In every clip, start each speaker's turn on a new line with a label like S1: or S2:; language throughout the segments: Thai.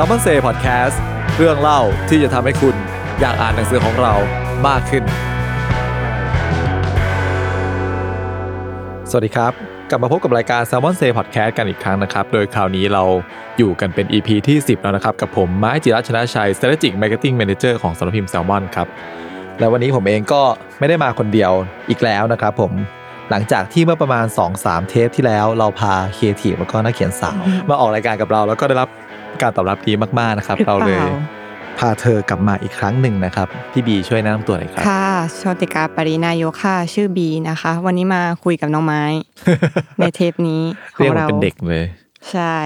S1: s ซ m ม n นเซ่พอดแคสต์เรื่องเล่าที่จะทำให้คุณอยากอ่านหนังสือของเรามากขึ้น สวัสดีครับ กลับมาพบกับรายการ s ซ m ม n นเซ่พอดแคสต์กันอีกครั้งนะครับ โดยคราวนี้เราอยู่กันเป็น EP ที่ 10 แล้วนะครับ กับผมไม้จิรัชนะชัย Strategic Marketing Manager ของสำนักพิมพ์แซลมอนครับ และวันนี้ผมเองก็ไม่ได้มาคนเดียวอีกแล้วนะครับผมหลังจากที่เมื่อประมาณ 2-3 เทปที่แล้วเราพาเคทีแล้วก็นักเขียนสาวมาออกรายการกับเราแล้วก็ได้รับการตอบรับดีมากๆนะครับ
S2: หรือเป
S1: เรา
S2: ล่า
S1: เลยพาเธอกลับมาอีกครั้งหนึ่งนะครับ พี่บีช่วยแนะนำตัวหน่อยครับ
S2: ค่ะโชติกาปรินายกค่ะ ชื่อบีนะคะ วันนี้มาคุยกับน้องไม้ ในเทปนี้ขอ
S1: เรียก
S2: ง
S1: มัน
S2: เรา
S1: เป็นเด็กเลย
S2: ใช่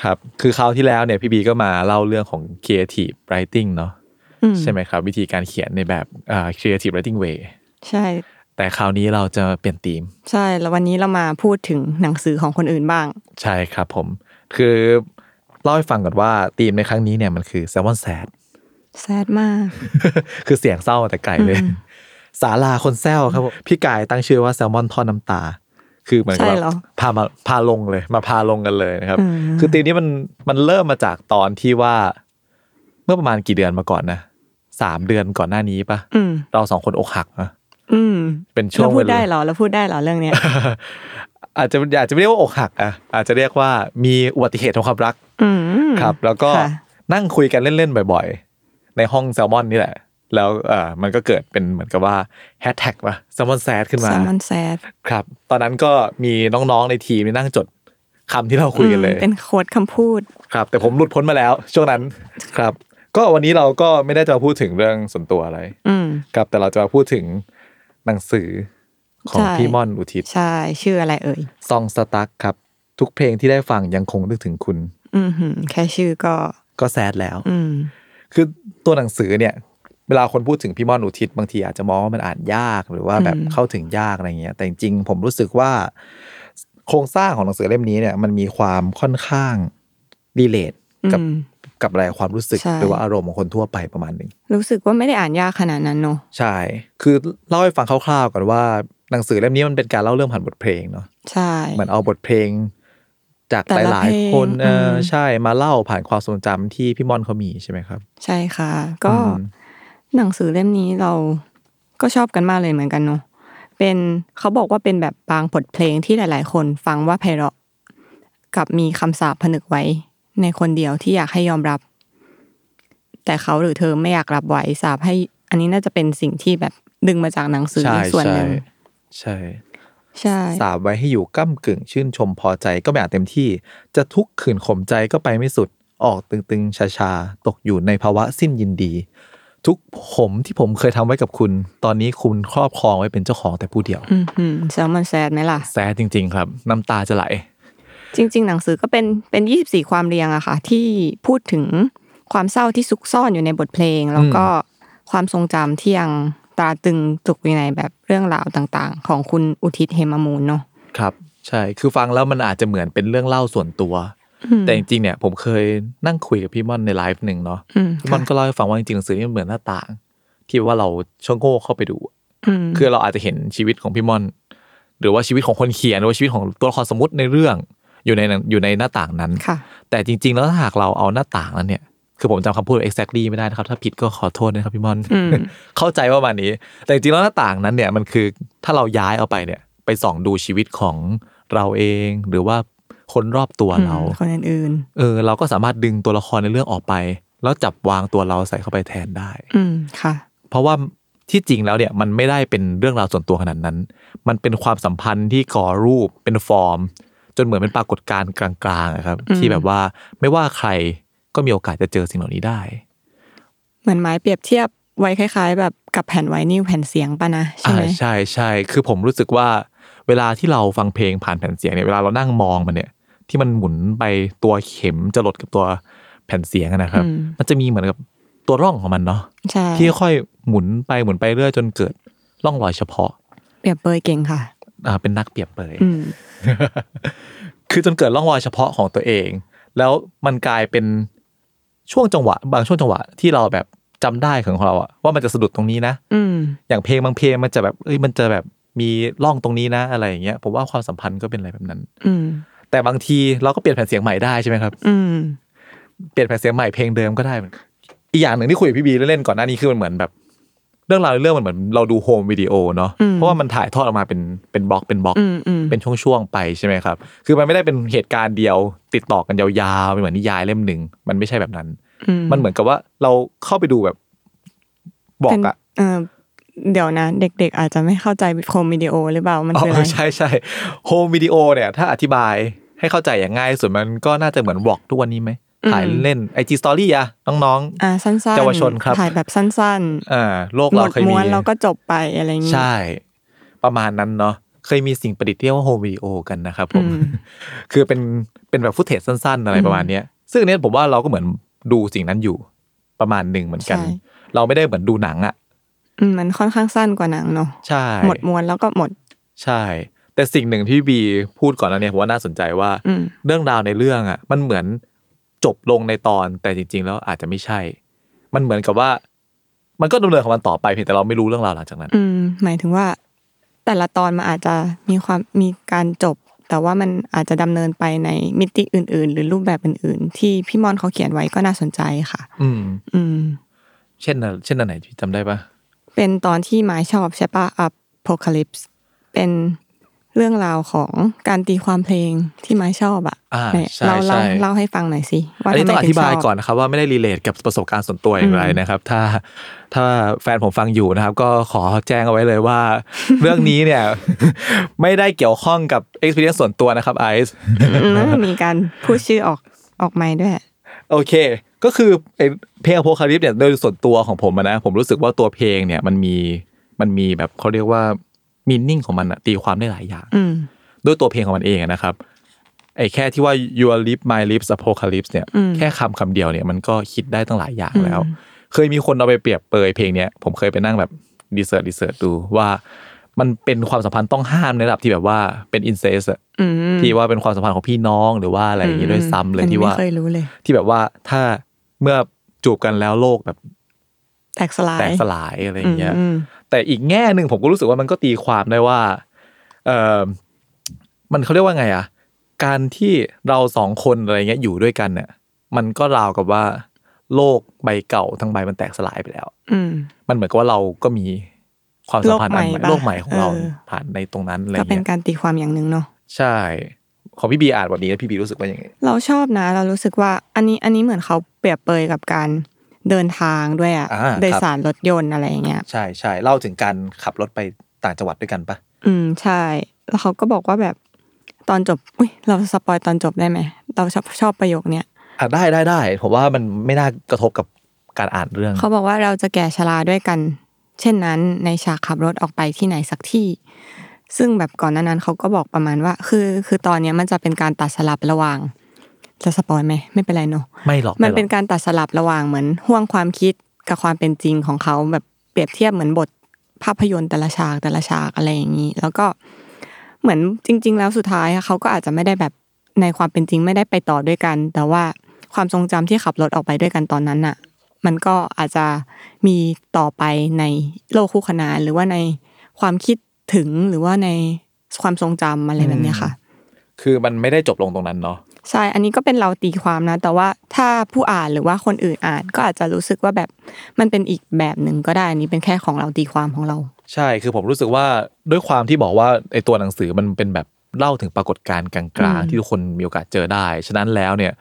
S1: ครับ คือคราวที่แล้วเนี่ยพี่บีก็มาเล่าเรื่องของ creative writing เนาะ
S2: อืม
S1: ใช่ไหมครับ วิธีการเขียนในแบบอ่า creative writing way
S2: ใช่
S1: แต่คราวนี้เราจะเปลี่ยนธีม
S2: ใช่แล้ววันนี้เรามาพูดถึงหนังสือของคนอื่นบ้าง
S1: ใช่ครับผม คือเล่าให้ฟังก่อนว่าธีมในครั้งนี้เนี่ยมันคือ Salmon Sad
S2: แซดมาก
S1: คือเสียงเศร้าแต่ไกลเลยศาลาคนแซวครับผมพี่กายตั้งชื่อว่าแซลมอนทอดน้ำตา คือเหมือนกับ
S2: ใช่เหรอ
S1: พามาพาลงเลย มาพาลงกันเลยนะครับ
S2: อืม
S1: คือตีมนี้มันมันเริ่มมาจากตอนที่ว่า เมื่อประมาณกี่เดือนมาก่อนนะสามเดือนก่อนหน้านี้ปะ
S2: อืม
S1: เราสองคนอกหักนะ
S2: อืม
S1: เป็นช่ว
S2: เรา
S1: ง
S2: พู
S1: เว
S2: ด
S1: ลา
S2: ได้เหรอเราพูดได้เหรอเรื่องเนี้ย
S1: อาจจะอาจจะไม่เรียกว่าอกหักอ่ะอาจจะเรียกว่ามีอุบัติเหตุทางความรัก
S2: อืม
S1: ครับแล้วก็
S2: ค่ะ
S1: นั่งคุยกันเล่น ๆ บ่อย ๆ ในห้องแซลมอนนี่แหละ แล้วเออมันก็เกิดเป็นเหมือนกับว่าแฮชแท็กว่าแซลมอนแซดขึ้น
S2: แซ
S1: มา
S2: มอนแซด
S1: ครับ ตอนนั้นก็มีน้อง ๆ ในทีมนี่นั่งจดคำที่เราคุยกันเลย
S2: เป็นโค้ดคำพูด
S1: ครับ แต่ผมหลุดพ้นมาแล้ว ช่วงนั้นครับ ก็วันนี้เราก็ไม่ได้จะมาพูดถึงเรื่องส่วนตัวอะไร
S2: อืม
S1: ครับ แต่เราจะมาพูดถึงหนังสือของ
S2: ใช่
S1: พี่ม่อนอุทิศ
S2: ใช่ชื่ออะไรเอ่ย
S1: ซองสตั๊กครับ ทุกเพลงที่ได้ฟังยังคงนึกถึงคุณ
S2: อืมหืมแค่ชื่อก็
S1: ก็แซดแล้ว
S2: อืม
S1: คือตัวหนังสือเนี่ย เวลาคนพูดถึงพี่ม่อนอุทิศบางทีอาจจะมองว่ามันอ่านยากหรือว่าแบบ
S2: อืม
S1: เข้าถึงยากอะไรเงี้ย แต่จริงๆผมรู้สึกว่า โครงสร้างของหนังสือเล่มนี้เนี่ยมันมีความค่อนข้างรีเลท
S2: อื
S1: กับ
S2: ม
S1: กับอะไรความรู้สึก
S2: ใช่
S1: หรือว่าอารมณ์ของคนทั่วไปประมาณหนึ่ง
S2: รู้สึกว่าไม่ได้อ่านยากขนาดนั้นเนอะ
S1: ใช่ คือเล่าให้ฟังคร่าวๆก่อนว่าหนังสือเล่มนี้มันเป็นการเล่าเรื่องผ่านบทเพลงเนาะ
S2: ใช่
S1: เหมือนเอาบทเพลง จาก
S2: แต่ละ
S1: หลาย
S2: เพล
S1: ๆ
S2: ง
S1: คนเอออ
S2: ม
S1: ใช่มาเล่าผ่านความทรงจำที่พี่ม่อนเขามีใช่ไหมครับ
S2: ใช่ค่ะ ก็
S1: อืม
S2: หนังสือเล่มนี้เราก็ชอบกันมากเลยเหมือนกันเนาะเป็นเขาบอกว่าเป็นแบบบางบทเพลงที่หลาย ๆ คนฟังว่าไพเราะกับมีคำสาปผนึกไว้ ในคนเดียวที่อยากให้ยอมรับ แต่เขาหรือเธอไม่อยากรับไว้สาปให้ อันนี้น่าจะเป็นสิ่งที่แบบดึงมาจากหนังสือ
S1: ใช่
S2: ส่วนหนึ่ง
S1: ใช่
S2: ใช่
S1: สาบไว้ให้อยู่ก้ำกึ่งชื่นชมพอใจก็ไม่อาจเต็มที่ จะทุกข์ขืนข่มใจก็ไปไม่สุดออกตึงๆ ชาๆ ตกอยู่ในภาวะสิ้นยินดี ทุกผมที่ผมเคยทำไว้กับคุณ ตอนนี้คุณครอบครองไว้เป็นเจ้าของแต่ผู้เดียว
S2: อืมหืมแซลมอนแซดไหมล่ะ
S1: แซดจริง ๆ ครับ น้ำตาจะไหล
S2: จริง ๆ หนังสือก็เป็นเป็นยี่สิบสี่ความเรียงอะค่ะ ที่พูดถึงความเศร้าที่ซุกซ่อนอยู่ในบทเพลง แล้วก็ความทรงจำที่ยังตราตรึงตกอยู่ในแบบเรื่องราวต่างๆ ของคุณอุทิศเฮมมูลเนาะ
S1: ครับ ใช่ คือฟังแล้วมันอาจจะเหมือนเป็นเรื่องเล่าส่วนตัว แต่จริงๆเนี่ยผมเคยนั่งคุยกับพี่ม่อนในไลฟ์หนึ่งเนาะ
S2: อืม
S1: พี่ม่
S2: ค่ะ
S1: อนก็เล่าให้ฟังว่าจริงๆหนังสือนี่มันเหมือนหน้าต่าง ที่ว่าเราชะโง่เข้าไปดู
S2: อืม
S1: คือเราอาจจะเห็นชีวิตของพี่ม่อน หรือว่าชีวิตของคนเขียนหรือว่าชีวิตของตัวละครสมมติในเรื่องอยู่ในนั้นอยู่ในหน้าต่างนั้น
S2: ค่ะ
S1: แต่จริง ๆ แล้วถ้าหากเราเอาหน้าต่างนั้นเนี่ย คือผมจำคำพูด exactly ไม่ได้นะครับ ถ้าผิดก็ขอโทษนะครับพี่มอน
S2: อืม
S1: เข้าใจว่าประมาณนี้ แต่จริงๆแล้วหน้าต่างนั้นเนี่ยมันคือถ้าเราย้ายเอาไปเนี่ย ไปส่องดูชีวิตของเราเอง หรือว่าคนรอบตัวเรา
S2: อืมคนอื่น
S1: เออ เราก็สามารถดึงตัวละครในเรื่องออกไป แล้วจับวางตัวเราใส่เข้าไปแทนได้
S2: ๆอืมค่ะ
S1: เพราะว่าที่จริงแล้วเนี่ยมันไม่ได้เป็นเรื่องราวส่วนตัวขนาดนั้น มันเป็นความสัมพันธ์ที่ก่อรูปเป็นฟอร์ม จนเหมือนเป็นปรากฏการณ์กลางๆอะครับ ที่แบบว่าไม่ว่าใครก็มีโอกาสจะเจอสิ่งเหล่านี้ได้
S2: เหมือนไม้เปรียบเทียบไว้คล้าย ๆ แบบกับแผ่นไวนิลแผ่นเสียงปะนะใช่
S1: อ่า
S2: ไหม
S1: ใช่ใช่คือผมรู้สึกว่า เวลาที่เราฟังเพลงผ่านแผ่นเสียงเนี่ยเวลาเรานั่งมองมันเนี่ย ที่มันหมุนไปตัวเข็มจะหลดกับตัวแผ่นเสียงอะนะครับ มันจะมีเหมือนกับตัวร่องของมันเนาะ
S2: ใช่
S1: ที่ค่อยหมุนไปหมุนไปเรื่อยจนเกิดร่องรอยเฉพาะ
S2: เปรียบเปรยเก่งค่ะ
S1: อ่าเป็นนักเปรียบเปรย
S2: อืม
S1: คือจนเกิดร่องรอยเฉพาะของตัวเอง แล้วมันกลายเป็นช่วงจังหวะ บางช่วงจังหวะที่เราแบบจำได้ของเราอะว่ามันจะสะดุดตรงนี้นะ
S2: อืม
S1: อย่างเพลงบางเพลงมันจะแบบเอ้ยมันจะแบบมีร่องตรงนี้นะอะไรอย่างเงี้ยผมว่าความสัมพันธ์ก็เป็นอะไรแบบนั้น
S2: อืม
S1: แต่บางทีเราก็เปลี่ยนแผ่นเสียงใหม่ได้ใช่ไหมครับ
S2: อืม
S1: เปลี่ยนแผ่นเสียงใหม่เพลงเดิมก็ได้เหมือนกันอีกอย่างหนึ่งที่คุยกับพี่บีเล่นๆก่อนหน้านี้คือมันเหมือนแบบ เรื่องราวในเรื่องมันเหมือนเราดูโฮมวิดีโอเนาะ
S2: อืม
S1: เพราะว่ามันถ่ายทอดออกมาเป็นเป็นบล็อกเป็นบล็อก
S2: อืมอืม
S1: เป็นช่วงๆไปใช่ไหมครับ คือมันไม่ได้เป็นเหตุการณ์เดียว ติดต่อกันยาวๆเป็นเหมือนนิยายเล่มหนึ่ง มันไม่ใช่แบบนั้น
S2: อืม
S1: มันเหมือนกับว่าเราเข้าไปดูแบบบอกอะ
S2: เป็นเออเดี๋ยวนะ เด็ก ๆ อาจจะไม่เข้าใจโคมวิดีโอหรือเปล่ามัน
S1: อ๋
S2: คืออะ
S1: อ
S2: ไร
S1: ใช่ใช่โฮมวิดีโอเนี่ย ถ้าอธิบายให้เข้าใจอย่างง่ายที่สุดมันก็น่าจะเหมือนบอกทุกวันนี้ไหมถ่ายเล่นไอจีสตอรี่อะน้อง
S2: อ่าสั้นๆ
S1: เยาวชนครับ
S2: ถ่ายแบบสั้น
S1: ๆอ่าโลก
S2: ๆหม
S1: เรา
S2: ด
S1: เคย
S2: ม้
S1: มี
S2: วนแล้วก็จบไปอะไรอย่างงี้
S1: ใช่ ประมาณนั้นเนาะเคยมีสิ่งประดิษฐ์ที่เรียกว่าโฮมวิดีโอกันนะครับผม
S2: อืม
S1: คือเป็นเป็นแบบฟุตเทจสั้นๆ อะไรประมาณเนี้ย ซึ่งอันเนี้ยผมว่าเราก็เหมือนดูสิ่งนั้นอยู่ประมาณหนึ่งเหมือนกัน
S2: ใช่
S1: เราไม่ได้เหมือนดูหนังอะ
S2: อืมมันค่อนข้างสั้นกว่าหนังเนาะ
S1: ใช่
S2: หมดม้วนแล้วก็หมด
S1: ใช่ แต่สิ่งหนึ่งที่บีพูดก่อนแล้วเนี่ยผมว่าน่าสนใจว่า
S2: อืม
S1: เรื่องราวในเรื่องอะมันเหมือนจบลงในตอนแต่จริง ๆ แล้วอาจจะไม่ใช่ มันเหมือนกับว่า มันก็ดำเนินของมันต่อไปเพียงแต่เราไม่รู้เรื่องราวหลังจากนั้น
S2: อืมหมายถึงว่า แต่ละตอนมันอาจจะมีความมีการจบ แต่ว่ามันอาจจะดำเนินไปในมิติอื่น ๆ หรือรูปแบบอื่น ๆ ที่พี่มอนเขาเขียนไว้ก็น่าสนใจค่ะ
S1: อืม
S2: อืม
S1: เช่นอะเช่นอันไหนที่จำได้ปะ
S2: เป็นตอนที่ไม้ชอบใช่ปะ Apocalypse เป็นเรื่องราวของการตีความเพลงที่ไม้ชอบอะ
S1: อ่า
S2: ไหน
S1: ใช่
S2: เราเล่า
S1: ใช่
S2: เล่าให้ฟังหน่อยสิว่า
S1: อันนี้
S2: ทำไม
S1: ต้องอ
S2: ถึ
S1: ธิ
S2: งช
S1: บาย
S2: อบ
S1: ก่อนนะครับว่าไม่ได้รีเลทกับประสบการณ์ส่วนตัวอย่างไรนะครับ ถ้าถ้าแฟนผมฟังอยู่นะครับ ก็ขอแจ้งเอาไว้เลยว่า เรื่องนี้เนี่ย ไม่ได้เกี่ยวข้องกับ experience ส่วนตัวนะครับไอซ์
S2: แล้วมันมีการพูดชื่อออกออกไม้ด้วย
S1: โอเค ก็คือไอ้เพลงโพคาลิปเนี่ยโดยส่วนตัวของผมอะนะ ผมรู้สึกว่าตัวเพลงเนี่ยมันมีมันมีแบบเขาเรียกว่ามีนิ่งของมันอะตีความได้หลายอย่าง
S2: อืม
S1: ด้วยตัวเพลงของมันเองอะนะครับ ไอ้แค่ที่ว่า your lip my lips apocalypse เนี่ย แค่คำคำเดียวเนี่ยมันก็คิดได้ตั้งหลายอย่างแล้ว เคยมีคนเอาไปเปรียบเปยเพลงเนี้ยผมเคยไปนั่งแบบดีเซิร์ตดีเซิร์ตดูว่า มันเป็นความสัมพันธ์ต้องห้ามในระดับที่แบบว่าเป็นอินเซส
S2: อืม
S1: ที่ว่าเป็นความสัมพันธ์ของพี่น้องหรือว่าอะไรอย่างงี้ด้วยซ้ำเลย
S2: อันนี้
S1: ที่ว่า
S2: ไม่เคยรู้เลย
S1: ที่แบบว่าถ้าเมื่อจูบกันแล้วโลกแบบ
S2: แตกสลาย
S1: แตกสลายอะไรอย่างเงี้ย
S2: อืม
S1: แต่อีกแง่หนึ่งผมก็รู้สึกว่ามันก็ตีความได้ว่า เออมันเขาเรียกว่าไงอะการที่เราสองคนอะไรเงี้ยอยู่ด้วยกันเนี่ย มันก็ราวกับว่า โลกใบเก่าทั้งใบมันแตกสลายไปแล้ว
S2: อืม
S1: มันเหมือนกับว่าเราก็มีความสัมพันธ์อันใหม่โล
S2: โล
S1: ก
S2: ก
S1: ให
S2: ใหม่
S1: ม่
S2: ปะ
S1: ของเรา
S2: เออ
S1: ผ่านในตรงนั้นอะไร
S2: ก็เป็น
S1: เงี้ย
S2: การตีความอย่างหนึ่งเนาะ
S1: ใช่ ของพี่บีอ่านวันนี้แล้วพี่บีรู้สึกว่ายังไง
S2: เราชอบนะ เรารู้สึกว่าอันนี้อันนี้เหมือนเขาเปรียบเปรยกับการเดินทางด้วยอะ
S1: อ่าครับ
S2: โดยสารรถยนต์อะไรอย่างเงี้ย
S1: ใช่ใช่เล่าถึงการขับรถไปต่างจังหวัดด้วยกันปะ
S2: อืมใช่ แล้วเขาก็บอกว่าแบบตอนจบอุ้ยเราสปอยตอนจบได้ไหมเราชอบชอบประโยคเนี้ย
S1: อ่ะได้ได้ได้ผมว่ามันไม่น่ากระทบกับการอ่านเรื่อง
S2: เขาบอกว่าเราจะแก่ชราด้วยกัน เช่นนั้นในฉากขับรถออกไปที่ไหนสักที่ ซึ่งแบบก่อนหน้านั้นเขาก็บอกประมาณว่า คือ คือตอนเนี้ยมันจะเป็นการตัดสลับระหว่างจะสปอยไหมไม่เป็นไรเนาะ
S1: ไม่หรอก
S2: มันเป็น
S1: ไหรอก
S2: การตัดสลับระหว่างเหมือนห่วงความคิดกับความเป็นจริงของเขาแบบเปรียบเทียบเหมือนบทภาพยนตร์แต่ละฉากแต่ละฉากอะไรอย่างนี้ แล้วก็เหมือนจริง ๆ แล้วสุดท้ายอะเขาก็อาจจะไม่ได้แบบในความเป็นจริงไม่ได้ไปต่อด้วยกัน แต่ว่าความทรงจำที่ขับรถออกไปด้วยกันตอนนั้นน่ะ มันก็อาจจะมีต่อไปในโลกคู่ขนานหรือว่าในความคิดถึงหรือว่าในความทรงจำอะไรแบบเนี้ยค่ะ
S1: คือมันไม่ได้จบลงตรงนั้นเนาะ
S2: ใช่ อันนี้ก็เป็นเราตีความนะ แต่ว่าถ้าผู้อ่านหรือว่าคนอื่นอ่านก็อาจจะรู้สึกว่าแบบมันเป็นอีกแบบหนึ่งก็ได้ อันนี้เป็นแค่ของเราตีความของเรา
S1: ใช่คือผมรู้สึกว่าด้วยความที่บอกว่าไอตัวหนังสือมันเป็นแบบเล่าถึงปรากฏการณ์กลางๆ ที่ทุกคนมีโอกาสเจอได้ ฉะนั้นแล้วเนี่ย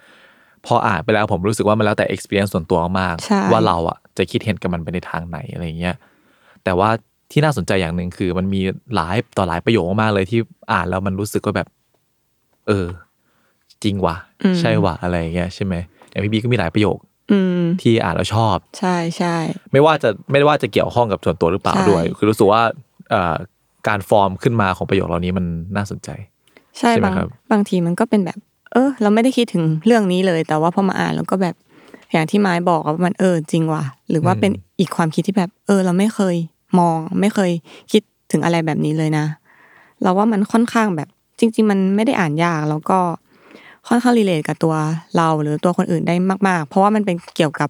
S1: พออ่านไปแล้วผมรู้สึกว่ามันแล้วแต่ experience ส่วนตัวมาก
S2: ใช่
S1: ว่าเราอ่ะจะคิดเห็นกับมันไปในทางไหนอะไรอย่างเงี้ยแต่ว่าที่น่าสนใจอย่างหนึ่งคือมันมีหลายต่อหลายประโยคมากๆเลยที่อ่านแล้วมันรู้สึกว่าแบบ เออ จริงว่ะใช่ว่ะอะไรอย่างเงี้ยใช่ไหมอย่างพี่บีก็มีหลายประโยค
S2: อืม
S1: ที่อ่านแล้วชอบ
S2: ใช่ใช่
S1: ไม่ว่าจะไม่ว่าจะเกี่ยวข้องกับส่วนตัวหรือเปล่า
S2: ใช่
S1: ด้วย คือรู้สึกว่าเอ่อการฟอร์มขึ้นมาของประโยคเหล่านี้มันน่าสนใจ
S2: ใช่
S1: ใช่ไหม
S2: บาง
S1: ครับ
S2: บางทีมันก็เป็นแบบ เออ เราไม่ได้คิดถึงเรื่องนี้เลย แต่ว่าพอมาอ่านแล้วก็แบบอย่างที่ไม้บอกอะว่ามันเออจริงว่ะหรือว่าเป็นอีกความคิดที่แบบ เออ เราไม่เคยมอง ไม่เคยคิดถึงอะไรแบบนี้เลยนะ เราว่ามันค่อนข้างแบบ จริง ๆ มันไม่ได้อ่านยากแล้วก็ค่อนข้างรีเลทกับตัวเราหรือตัวคนอื่นได้มากๆ เพราะว่ามันเป็นเกี่ยวกับ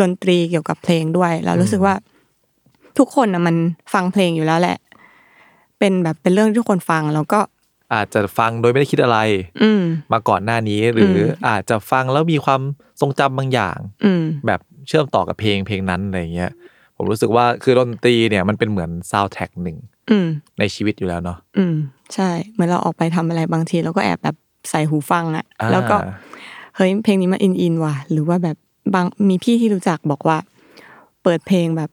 S2: ดนตรีเกี่ยวกับเพลงด้วยเรารู้สึกว่า ทุกคนนะมันฟังเพลงอยู่แล้วแหละ เป็นแบบเป็นเรื่องที่ทุกคนฟังแล้วก็
S1: อาจจะฟังโดยไม่ได้คิดอะไร
S2: อืม
S1: มาก่อนหน้านี้ หรือออาจจะฟังแล้วมีความทรงจำบางอย่าง
S2: อืม
S1: แบบเชื่อมต่อกับเพลงเพลงนั้นอะไรอย่างเงี้ยผมรู้สึกว่าคือดนตรีเนี่ยมันเป็นเหมือนซาวด์แทร็กหนึ่ง
S2: อืม
S1: ในชีวิตอยู่แล้วเนาะ
S2: อืม ใช่ เหมือนเราออกไปทำอะไรบางทีเราก็แอบแบบใส่หูฟังอะ
S1: อ่า
S2: แล้วก็ เฮ้ย เพลงนี้มันอินอินว่ะ หรือว่าแบบบางมีพี่ที่รู้จักบอกว่า เปิดเพลงแบบ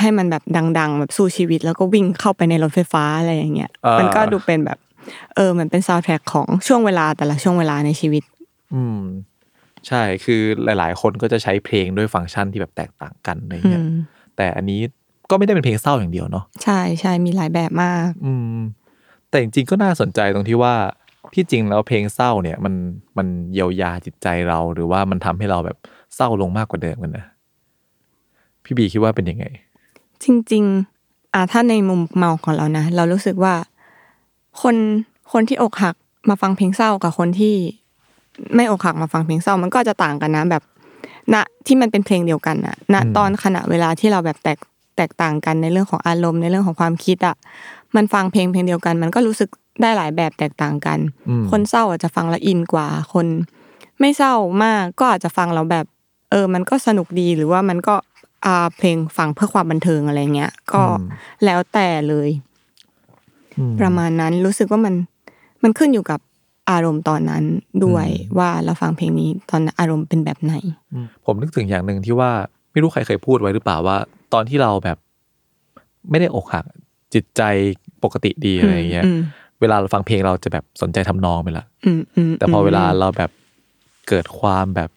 S2: ให้มันแบบดัง ๆ แบบสู้ชีวิต แล้วก็วิ่งเข้าไปในรถไฟฟ้าอะไรอย่างเงี้ย มันก็ดูเป็นแบบ เออ มันเป็นซาวด์แทร็กของช่วงเวลาแต่ละช่วงเวลาในชีวิต
S1: อืม ใช่คือหลาย ๆ คนก็จะใช้เพลงด้วยฟังก์ชันที่แบบแตกต่างกันอะไรอย่าง
S2: อื
S1: เงี้ย
S2: ม
S1: แต่อันนี้ก็ไม่ได้เป็นเพลงเศร้าอย่างเดียวเนาะ
S2: ใช่ใช่มีหลายแบบมาก
S1: อืมแต่จริงๆก็น่าสนใจตรงที่ว่าที่จริงแล้วเพลงเศร้าเนี่ย มันมันเยียวยาจิตใจเรา หรือว่ามันทำให้เราแบบเศร้าลงมากกว่าเดิมกันนะพี่บีคิดว่าเป็นยังไง
S2: จริงๆอ่าถ้าในมุมเมาของเรานะ เรารู้สึกว่า คนคนที่อกหักมาฟังเพลงเศร้ากับคนที่ ไม่อกหักมาฟังเพลงเศร้า มันก็จะต่างกันนะ แบบ ณที่มันเป็นเพลงเดียวกันอะณตอนขณะเวลาที่เราแบบแตกแตกต่างกันในเรื่องของอารมณ์ในเรื่องของความคิดอะมันฟังเพลงเพลงเดียวกัน มันก็รู้สึกได้หลายแบบแตกต่างกัน
S1: อืม
S2: คนเศร้าอาจจะฟังแล้วอินกว่า คนไม่เศร้ามากก็อาจจะฟังแล้วแบบ เออ มันก็สนุกดีหรือว่ามันก็อ่าเพลงฟังเพื่อความบันเทิงอะไรเงี้ย ก็แล้วแต่เลย
S1: อืม
S2: ประมาณนั้นรู้สึกว่ามันมันขึ้นอยู่กับอารมณ์ตอนนั้นด้วยว่าเราฟังเพลงนี้ตอนอารมณ์เป็นแบบไหน
S1: ผมนึกถึงอย่างหนึ่งที่ว่าไม่รู้ใครเคยพูดไว้หรือเปล่าว่า ตอนที่เราแบบ ไม่ได้อกหักจิตใจปกติดีอะไรอย่างเงี้ย
S2: อืม
S1: เวลาเราฟังเพลงเราจะแบบสนใจทำนองไปละ
S2: อืมอืม
S1: แต่พอเวลาเราแบบเกิดความแบบ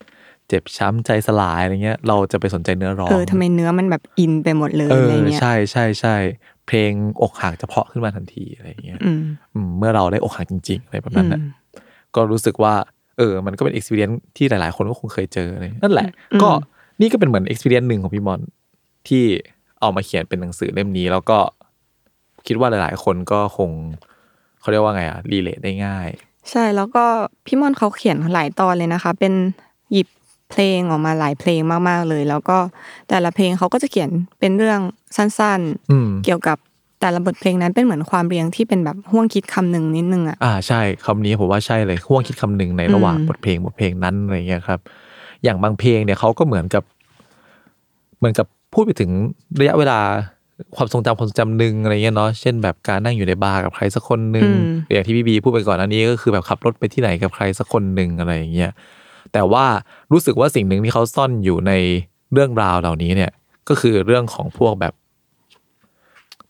S1: เจ็บช้ำใจสลายอะไรเงี้ย เราจะไปสนใจเนื้อร้อง
S2: เออทำไมเนื้อมันแบบอินไปหมดเลย
S1: เอ
S2: อะไร
S1: อ
S2: เงี้ย
S1: ใช่ใช่ใช่เพลงอกหักจะเพราะขึ้นมาทันทีอะไรอย่างเงี้ย
S2: อืม
S1: อืมเมื่อเราได้อกหักจริงๆอะไรแบบนั้นนะก็รู้สึกว่า เออ มันก็เป็น experience ที่หลายๆ คนก็คงเคยเจออะไรนั่นแหละ ก็นี่ก็เป็นเหมือน experience หนึ่งของพี่มอนที่เอามาเขียนเป็นหนังสือเล่มนี้ แล้วก็คิดว่าหลายๆ คนก็คงเขาเรียกว่าไงอะรีเลทได้ง่าย
S2: ใช่แล้วก็พี่มอนเขาเขียนหลายตอนเลยนะคะ เป็นหยิบเพลงออกมาหลายเพลงมากๆเลย แล้วก็แต่ละเพลงเขาก็จะเขียนเป็นเรื่องสั้น
S1: อืม
S2: ๆ เกี่ยวกับแต่ละบทเพลงนั้นเป็นเหมือนความเรียงที่เป็นแบบห่วงคิดคำหนึ่งนิดนึงอ่ะ
S1: อ่าใช่คำนี้ผมว่าใช่เลยห่วงคิดคำหนึ่งในระหว่าง
S2: อืม
S1: บทเพลงบทเพลงนั้นอะไรเงี้ยครับ อย่างบางเพลงเนี่ยเขาก็เหมือนกับ เหมือนกับพูดไปถึงระยะเวลาความทรงจำความทรงจำหนึ่งอะไรเงี้ยเนาะเช่นแบบการนั่งอยู่ในบาร์กับใครสักคนหนึ่งหรืออย่างที่พี่บีพูดไปก่อนอันนี้ก็คือแบบขับรถไปที่ไหนกับใครสักคนหนึ่งอะไรอย่างเงี้ยแต่ว่ารู้สึกว่าสิ่งหนึ่งที่เขาซ่อนอยู่ในเรื่องราวเหล่านี้เนี่ย ก็คือเรื่องของพวกแบบ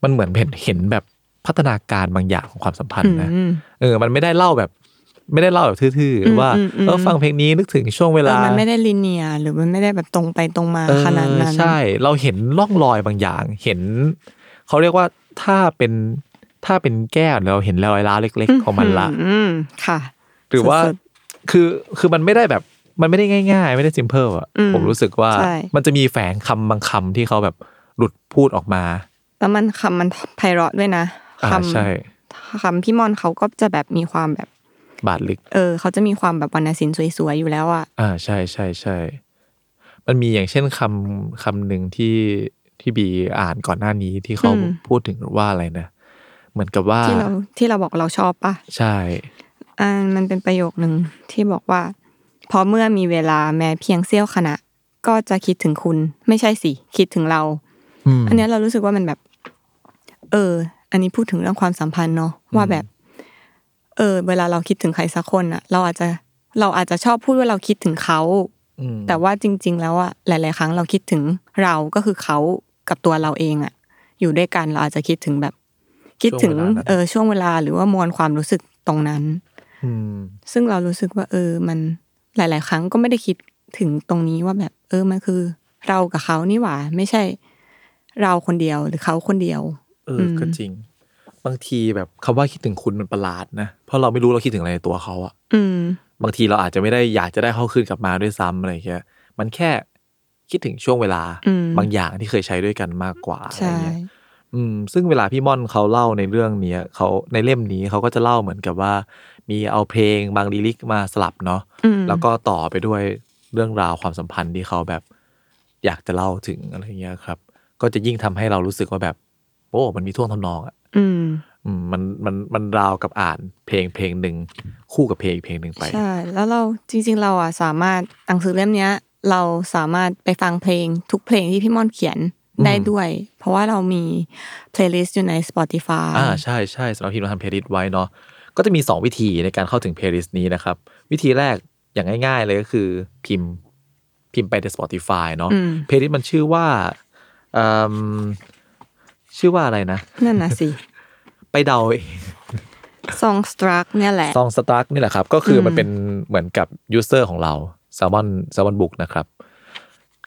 S1: มันเหมือนเห็นเห็นแบบพัฒนาการบางอย่างของความสัมพันธ์นะ
S2: อืม
S1: เออ มันไม่ได้เล่าแบบ ไม่ได้เล่าแบบทื่อๆ ว่า
S2: อืมอืม
S1: เออฟังเพลงนี้นึกถึงช่วงเว
S2: เอ
S1: ลา
S2: อ
S1: มั
S2: มันไม่ได้ลิเนียร์หรือมันไม่ได้แบบตรงไปตรงมาขนาดนั้น
S1: ใช่ เราเห็นร่องรอยบางอย่าง เห็น เขาเรียกว่าถ้าเป็นถ้าเป็นแก้วเราเห็นรอยร้าวเล็ก ๆ ของมันละ
S2: อืมค่ะ
S1: หรือว่า
S2: สุด
S1: คือคือมันไม่ได้แบบมันไม่ได้ง่าย ๆ ไม่ได้ simple อ่ะ
S2: อืม
S1: ผมรู้สึกว่า
S2: ใช่
S1: มันจะมีแฝงคำบางคำที่เขาแบบหลุดพูดออกมา
S2: แล้วมันคำมันไพเราะด้วยนะ
S1: อ่า
S2: ค
S1: ใช่
S2: ำคำพี่มอนเขาก็จะแบบมีความแบบ
S1: บาดลึก
S2: เออ เขาจะมีความแบบวรรณศิลป์สวยๆอยู่แล้วอ่ะ
S1: อ่าใช่ใช่ใช่ มันมีอย่างเช่นคำคำหนึ่งที่ที่บีอ่านก่อนหน้านี้ที่เขาพูดถึงว่าอะไรนะ เหมือนกับว่า
S2: ที่เราที่เราบอกเราชอบปะ
S1: ใช่
S2: อ่ามันเป็นประโยคหนึ่งที่บอกว่า พอเมื่อมีเวลาแม้เพียงเสี้ยวขณะ ก็จะคิดถึงคุณ ไม่ใช่สิ คิดถึงเรา
S1: อืม
S2: อันเนี้ยเรารู้สึกว่ามันแบบ เออ อันนี้พูดถึงเรื่องความสัมพันธ์เนาะว่าแบบ เออ เวลาเราคิดถึงใครสักคนอะเราอาจจะเราอาจจะชอบพูดว่าเราคิดถึงเขา
S1: อืม
S2: แต่ว่าจริง ๆ แล้วอะหลาย ๆ ครั้งเราคิดถึงเราก็คือเขากับตัวเราเองอะอยู่ด้วยกันเราอาจจะคิดถึงแบบ คิดถึงเออช่วงเวลาหรือว่ามวลความรู้สึกตรงนั้น
S1: อืม
S2: ซึ่งเรารู้สึกว่า เออ มันหลาย ๆ ครั้งก็ไม่ได้คิดถึงตรงนี้ว่าแบบ เออมันคือ เรากับเขานี่หว่า ไม่ใช่ เราคนเดียวหรือเขาคนเดียว
S1: เอออ
S2: ม
S1: ก็จริง บางทีแบบคำว่าคิดถึงคุณมันประหลาดนะเพราะเราไม่รู้เราคิดถึงอะไรในตัวเขาอะ
S2: อืม
S1: บางทีเราอาจจะไม่ได้อยากจะได้เขาคืนกลับมาด้วยซ้ำอะไรอย่างเงี้ยมันแค่คิดถึงช่วงเวลา
S2: อืม
S1: บางอย่างที่เคยใช้ด้วยกันมากกว่าอะไร
S2: ใช่
S1: เงี้ย อืมซึ่งเวลาพี่ม่อนเขาเล่าในเรื่องเนี้ยเขาในเล่มนี้เขาก็จะเล่าเหมือนกับว่า มีเอาเพลงบางลิลิกมาสลับเนาะ
S2: อืม
S1: แล้วก็ต่อไปด้วยเรื่องราวความสัมพันธ์ที่เขาแบบ อยากจะเล่าถึงอะไรเงี้ยครับ ก็จะยิ่งทำให้เรารู้สึกว่าแบบ โอ้มันมีท่วงทำนองอ่ะ
S2: อืม
S1: อืมมันมันมันราวกับอ่านเพลงเพลงหนึ่งคู่กับเพลงอีกเพลงหนึ่งไป
S2: ใช่ แล้วเราจริง ๆ เราอ่ะสามารถหนังสือเล่มเนี้ย เราสามารถไปฟังเพลงทุกเพลงที่พี่ม่อนเขียนได้
S1: อืม
S2: ด้วย เพราะว่าเรามีเพลย์ลิสต์อยู่ใน Spotify
S1: อ่าใช่ใช่สำหรับทีมเราทำเพลย์ลิสต์ไว้เนาะก็จะมี 2 วิธีในการเข้าถึงเพลย์ลิสต์นี้นะครับ วิธีแรกอย่างง่าย ๆ เลยก็คือพิมพ์พิมพ์ไปใน Spotify เนาะ
S2: อืม
S1: เพลย์ลิสต์มันชื่อว่าเอิ่มชื่อว่าอะไรนะ
S2: นั่นน่ะสิ
S1: ไปเดา
S2: Song Struck เนี่ยแหละ
S1: ซองสตาร์กนี่แหละครับ ก็คืออ
S2: ม
S1: มันเป็นเหมือนกับยูเซอร์ของเราแซลมอนแซลมอนบุกนะครับ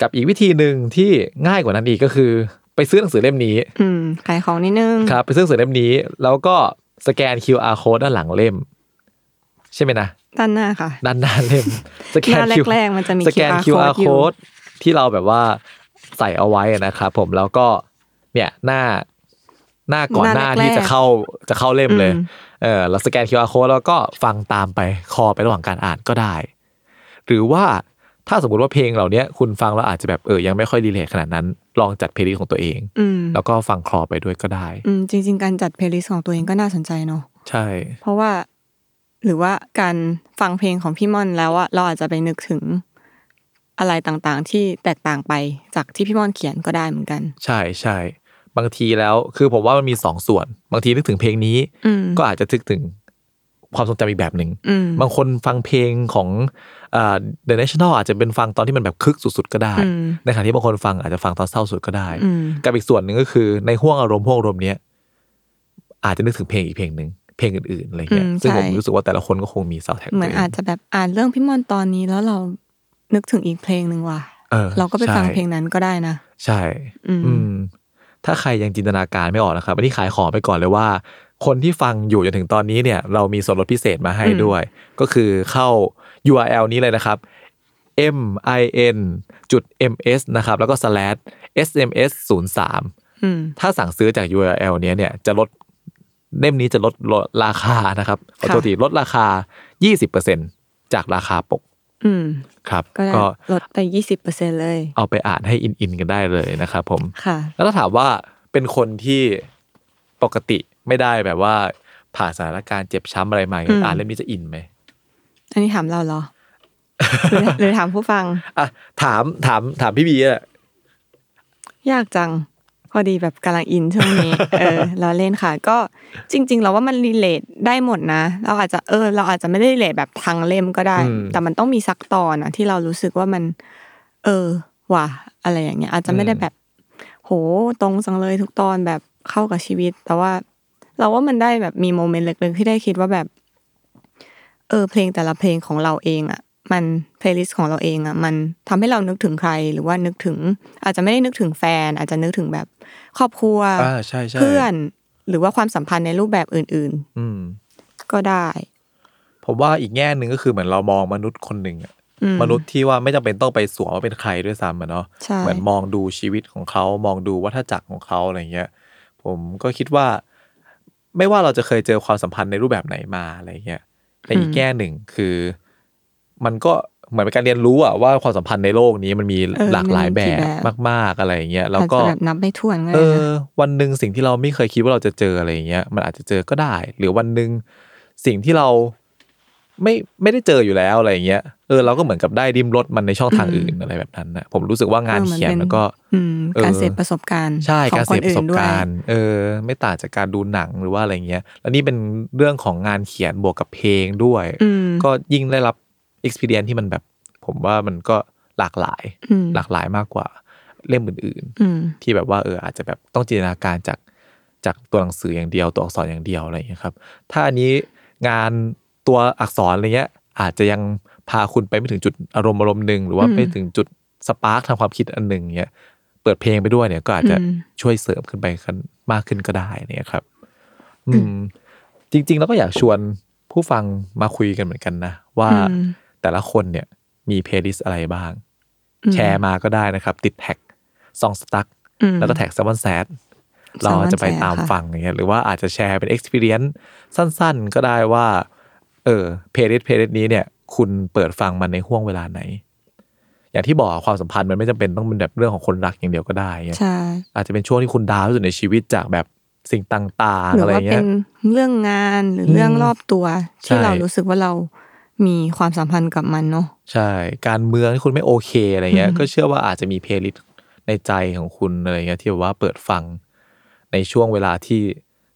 S1: กับอีกวิธีหนึ่งที่ง่ายกว่านั้นอีกก็คือ ไปซื้อหนังสือเล่มนี้
S2: อืมขายของนิดนึง
S1: ครับไปซื้อหนังสือเล่มนี้ แล้วก็สแกน QR code ด้านหลังเล่ม ใช่ไหมนะ
S2: ด้านหน้าค่ะ
S1: ด้านหน้าเล่ ม สแก
S2: ห
S1: น
S2: น้า
S1: QR
S2: แรกๆมันจะมี
S1: สแกน QR
S2: code อยู่
S1: code ที่เราแบบว่าใส่เอาไว้นะครับผมแล้วก็เนี่ยหน้าหน้าก่อนห
S2: ห
S1: น้า
S2: น้า
S1: ที่
S2: แรกๆ
S1: จะเข้าจะเข้าเล่มเลย
S2: อืม
S1: เออเราสแกน QR code แล้วก็ฟังตามไปคอไประหว่างการอ่านก็ได้ หรือว่าถ้าสมมติว่าเพลงเหล่าเนี้ยคุณฟังแล้วอาจจะแบบเออยังไม่ค่อยรีเลทขนาดนั้น ลองจัดเพลย์ลิสต์ของตัวเอง
S2: อืม
S1: แล้วก็ฟังคลอไปด้วยก็ได้
S2: อืมจริง ๆ การจัดเพลย์ลิสต์ของตัวเองก็น่าสนใจเนาะ
S1: ใช่
S2: เพราะว่าหรือว่าการฟังเพลงของพี่ม่อนแล้วอะเราอาจจะไปนึกถึงอะไรต่างๆ ที่แตกต่างไปจากที่พี่ม่อนเขียนก็ได้เหมือนกัน
S1: ใช่ใช่บางทีแล้วคือผมว่ามันมีสองส่วน บางทีนึกถึงเพลงนี้
S2: อืม
S1: ก็อาจจะนึกถึงความทรงจำอีกแบบหนึ่ง
S2: อืม
S1: บางคนฟังเพลงของอ่า The National อาจจะเป็นฟังตอนที่มันแบบคึกสุดๆก็ได้
S2: อืม
S1: ในขณะที่บางคนฟังอาจจะฟังตอนเศร้าสุดก็ได้
S2: อืม
S1: กับอีกส่วนหนึ่งก็คือในห่วงอารมณ์ห่วงอารมณ์เนี้ยอาจจะนึกถึงเพลงอีกเพลงหนึ่งเพลงอื่นๆอะไรเงี้ย
S2: อืม
S1: ซึ่ง
S2: ใช่
S1: ผมรู้สึกว่าแต่ละคนก็คงมีซาวแท็ก
S2: เหมือนอาจจะแบบอ่านเรื่องพี่ม่อนตอนนี้แล้วเรานึกถึงอีกเพลงหนึ่งว่ะเราก็ไปฟังเพลงนั้นก็ได้นะ
S1: ใช่
S2: อืม
S1: อืมถ้าใครยังจินตนาการไม่ออกนะครับอันนี้ขายของไปก่อนเลยว่า คนที่ฟังอยู่จนถึงตอนนี้เนี่ย เรามีส่วนลดพิเศษมาให้ด้วย ก็คือเข้า URL นี้เลยนะครับ m i n จุด m s นะครับ แล้วก็ slash s m s 0
S2: อืม
S1: 3ถ้าสั่งซื้อจาก URL เนี้ยเนี่ยจะลดเล่มนี้จะลดลดราคานะครับขอโทษ
S2: ค่ะ
S1: ทีลดราคา 20%จากราคาปก
S2: อืม
S1: ครับ
S2: ก็ได้
S1: ก็
S2: ลดไปยี่สิบเปอร์เซ็นเลย
S1: เอาไปอ่านให้อินๆกันได้เลยนะครับผม
S2: ค่ะ
S1: แล้วถ้าถามว่าเป็นคนที่ปกติไม่ได้แบบว่า ผ่านสถานการณ์เจ็บช้ำอะไรมาอย่างเงี้ย
S2: อืม
S1: อ่านเล่มนี้จะอินไหม
S2: อันนี้ถามเราเหรอ หรือหรือถามผู้ฟัง
S1: อ่ะถามถามถามพี่บีอะ
S2: ยากจัง พอดีแบบกำลังอินช่วง นี้ เออเราเล่นค่ะ ก็จริง ๆ เราว่ามันรีเลทได้หมดนะ เราอาจจะเออ เราอาจจะไม่ได้รีเลทแบบทางเล่มก็ได้ แต่มันต้องมีสักตอนอะที่เรารู้สึกว่ามัน เออว่ะอะไรอย่างเงี้ย อาจจะไม่ได้แบบ โหตรงจังเลยทุกตอนแบบเข้ากับชีวิต แต่ว่า เราว่ามันได้แบบมีโมเมนต์เล็กๆที่ได้คิดว่าแบบ เออ เพลงแต่ละเพลงของเราเองอ่ะ มันเพลย์ลิสต์ของเราเองอ่ะ มันทำให้เรานึกถึงใครหรือว่านึกถึง อาจจะไม่ได้นึกถึงแฟน อาจจะนึกถึงแบบครอบครัว
S1: อ่าใช่ใช่
S2: เพื่อน หรือว่าความสัมพันธ์ในรูปแบบอื่น
S1: อืม
S2: ๆ ก็ได้
S1: ผมว่าอีกแง่หนึ่งก็คือเหมือนเรามองมนุษย์คนหนึ่งอะ
S2: อืม
S1: มนุษย์ที่ว่าไม่จำเป็นต้องไปสวมว่าเป็นใครด้วยซ้ำอะเนาะ
S2: ใช่
S1: เหมือนมองดูชีวิตของเขามองดูวัฏจักรของเขาอะไรเงี้ย ผมก็คิดว่า ไม่ว่าเราจะเคยเจอความสัมพันธ์ในรูปแบบไหนมาอะไรเงี้ยในอีกแง่หนึ่งคือ มันก็เหมือนเป็นการเรียนรู้อะว่าความสัมพันธ์ในโลกนี้มันมี
S2: เออ
S1: หลากหลาย
S2: มันมี
S1: แบ
S2: กี่
S1: บ
S2: แบบ
S1: มาก ๆอะไรเงี้ยแล้วก็
S2: อาจจะแบบนับไม่ถ้วนก็
S1: เอ
S2: ได้นะ
S1: อวันหนึ่งสิ่งที่เราไม่เคยคิดว่าเราจะเจออะไรอย่างเงี้ยมันอาจจะเจอก็ได้ หรือวันหนึ่งสิ่งที่เรา ไม่ไม่ได้เจออยู่แล้วอะไรอย่างเงี้ยเออเราก็เหมือนกับได้ดิ้มรสมันในช่องทางอื่นอะไรแบบนั้นนะผมรู้สึกว่างาน
S2: ออมั
S1: เขียน
S2: ป็
S1: แล้วก็
S2: อืม
S1: เออ
S2: การเสพประสบการณ์
S1: ใช่
S2: ของ
S1: การเส
S2: ค
S1: พ
S2: น
S1: ป
S2: อื่
S1: ระส
S2: น
S1: บ
S2: ด้วย
S1: การณ์เออ ไม่ต่างจากการดูหนังหรือว่าอะไรเงี้ยแล้วนี่เป็นเรื่องของงานเขียนบวกกับเพลงด้วย
S2: อืม
S1: ก็ยิ่งได้รับ experience ที่มันแบบ ผมว่ามันก็หลากหลาย
S2: อืม
S1: หลากหลายมากกว่าเล่มอื่น
S2: อืม
S1: ๆ ที่แบบว่าเอออาจจะแบบต้องจินตนาการจากจากตัวหนังสืออย่างเดียวตัวอักษรอย่างเดียวอะไรอย่างเงี้ยครับ ถ้าอันนี้งานตัวอักษรอะไรเงี้ย อาจจะยังพาคุณไปไม่ถึงจุดอารมณ์อารมณ์หนึ่งหรือว่า
S2: อืม
S1: ไปถึงจุดสปาร์คทางความคิดอันหนึ่งเงี้ยเปิดเพลงไปด้วยเนี่ยก็อาจจะ
S2: อืม
S1: ช่วยเสริมขึ้นไปกันมากขึ้นก็ได้เนี่ยครับ อืม จริงๆเราก็อยากชวนผู้ฟังมาคุยกันเหมือนกันนะ ว่า
S2: อืม
S1: แต่ละคนเนี่ยมีเพลย์ลิสอะไรบ้าง
S2: อืม
S1: แชร์มาก็ได้นะครับ ติดแท็กซองสตั๊ก
S2: อืม
S1: แล้วก็แท็กซัมมอนแซดเราจะไปตาม
S2: Salmon Sad ค่ะ
S1: ฟังอย่างเงี้ยหรือว่าอาจจะแชร์เป็น Experience สั้นๆ ก็ได้ว่า เออเพลย์ลิสเพลย์ลิสนี้เนี่ย คุณเปิดฟังมันในห่วงเวลาไหน อย่างที่บอกความสัมพันธ์มันไม่จำเป็นต้องเป็นแบบเรื่องของคนรักอย่างเดียวก็ได้เงี้ย
S2: ใช่
S1: อาจจะเป็นช่วงที่คุณดาวน์ที่สุดในชีวิตจากแบบสิ่งต่างๆ
S2: หรือ
S1: อะไร
S2: ว่าเป็
S1: เงี้ย
S2: นเรื่องงานหรืออ
S1: ม
S2: เรื่องรอบตัวที่
S1: ใช่
S2: เรารู้สึกว่าเรามีความสัมพันธ์กับมันเนาะ
S1: ใช่ การเมืองที่คุณไม่โอเคอะไรเงี้ย
S2: อืม
S1: ก็เชื่อว่าอาจจะมีเพลย์ลิสต์ในใจของคุณอะไรเงี้ยที่แบบว่าเปิดฟังในช่วงเวลาที่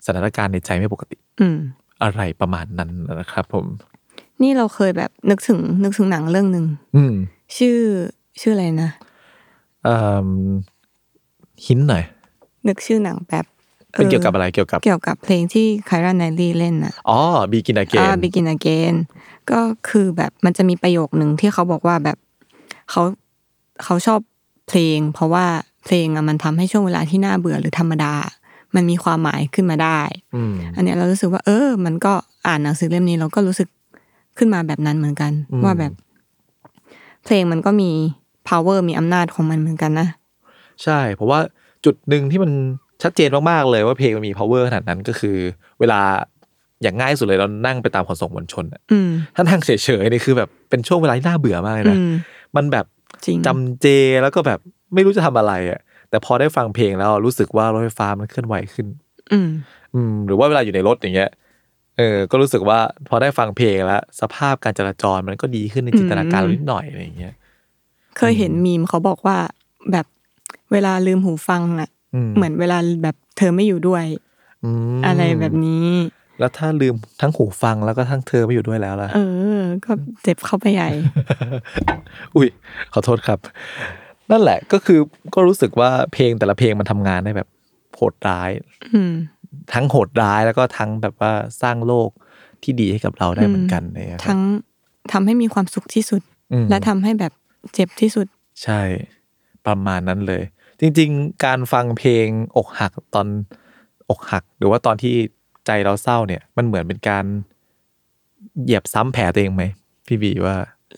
S1: สถานการณ์ในใจไม่ปกติ
S2: อืม
S1: อะไรประมาณนั้นนะครับผม
S2: นี่เราเคยแบบนึกถึงนึกถึงหนังเรื่องหนึ่ง
S1: อืม
S2: ชื่อชื่ออะไรนะ
S1: เอ่อหินหน่อย
S2: นึกชื่อหนังแบบ
S1: เป็นเกี่ยวกับอะไรเกี่ยวกับ
S2: เกี่ยวกับเพลงที่ไคราไนลี่เล่นน่ะ
S1: อ๋อบีกิน a เก
S2: อ่า
S1: n
S2: begin again ก็คือแบบมันจะมีประโยคหนึ่งที่เขาบอกว่าแบบเขาเขาชอบเพลง เพราะว่าเพลงอะมันทำให้ช่วงเวลาที่น่าเบื่อหรือธรรมดา มันมีความหมายขึ้นมาได้
S1: อืม
S2: อันเนี้ยเรารู้สึกว่า เออ มันก็อ่านหนังสือเล่มนี้เราก็รู้สึกขึ้นมาแบบนั้นเหมือนกัน
S1: อืม
S2: ว่าแบบ เพลงมันก็มี power มีอำนาจของมันเหมือนกันนะ
S1: ใช่ เพราะว่าจุดหนึ่งที่มันชัดเจนมาก ๆ เลยว่าเพลงมันมี power ขนาดนั้นก็คือ เวลาอย่างง่ายสุดเลยเรานั่งไปตามขนส่งมวลชนอะ
S2: อืม
S1: ถ้านั่งเฉยๆนี่คือแบบเป็นช่วงเวลาที่น่าเบื่อมากเลยนะ
S2: อืม
S1: มันแบบ
S2: จริง
S1: จำเจแล้วก็แบบไม่รู้จะทำอะไรอ่ะ แต่พอได้ฟังเพลงแล้วรู้สึกว่ารถไฟฟ้ามันเคลื่อนไหวขึ้น
S2: อืม
S1: อืม หรือว่าเวลาอยู่ในรถอย่างเงี้ยเออ ก็รู้สึกว่าพอได้ฟังเพลงแล้วสภาพการจราจรมันก็ดีขึ้นในจินตนาการเรานิดหน่อยอะไรอย่างเงี้ย
S2: เคยเห็นมีมเขาบอกว่าแบบเวลาลืมหูฟังน่ะ
S1: อืม
S2: เหมือนเวลาแบบเธอไม่อยู่ด้วย
S1: อืม
S2: อะไรแบบนี้
S1: แล้วถ้าลืมทั้งหูฟังแล้วก็ทั้งเธอไม่อยู่ด้วยแล้วล่ะ
S2: เออ ก็เจ็บเข้าไปใหญ่
S1: อุ้ยขอโทษครับ นั่นแหละก็คือก็รู้สึกว่าเพลงแต่ละเพลงมันทำงานได้แบบโหดร้าย
S2: อืม
S1: ทั้งโหดร้ายแล้วก็ทั้งแบบว่าสร้างโลกที่ดีให้กับเราได้เหมือนกันเนี่ยครับ
S2: ทั้งทำให้มีความสุขที่สุด
S1: อืม
S2: และทำให้แบบเจ็บที่สุด
S1: ใช่ประมาณนั้นเลย จริงๆ การฟังเพลงอกหักตอนอกหัก หรือว่าตอนที่ใจเราเศร้าเนี่ย มันเหมือนเป็นการเหยียบซ้ำแผลตัวเองไหมพี่บีว่า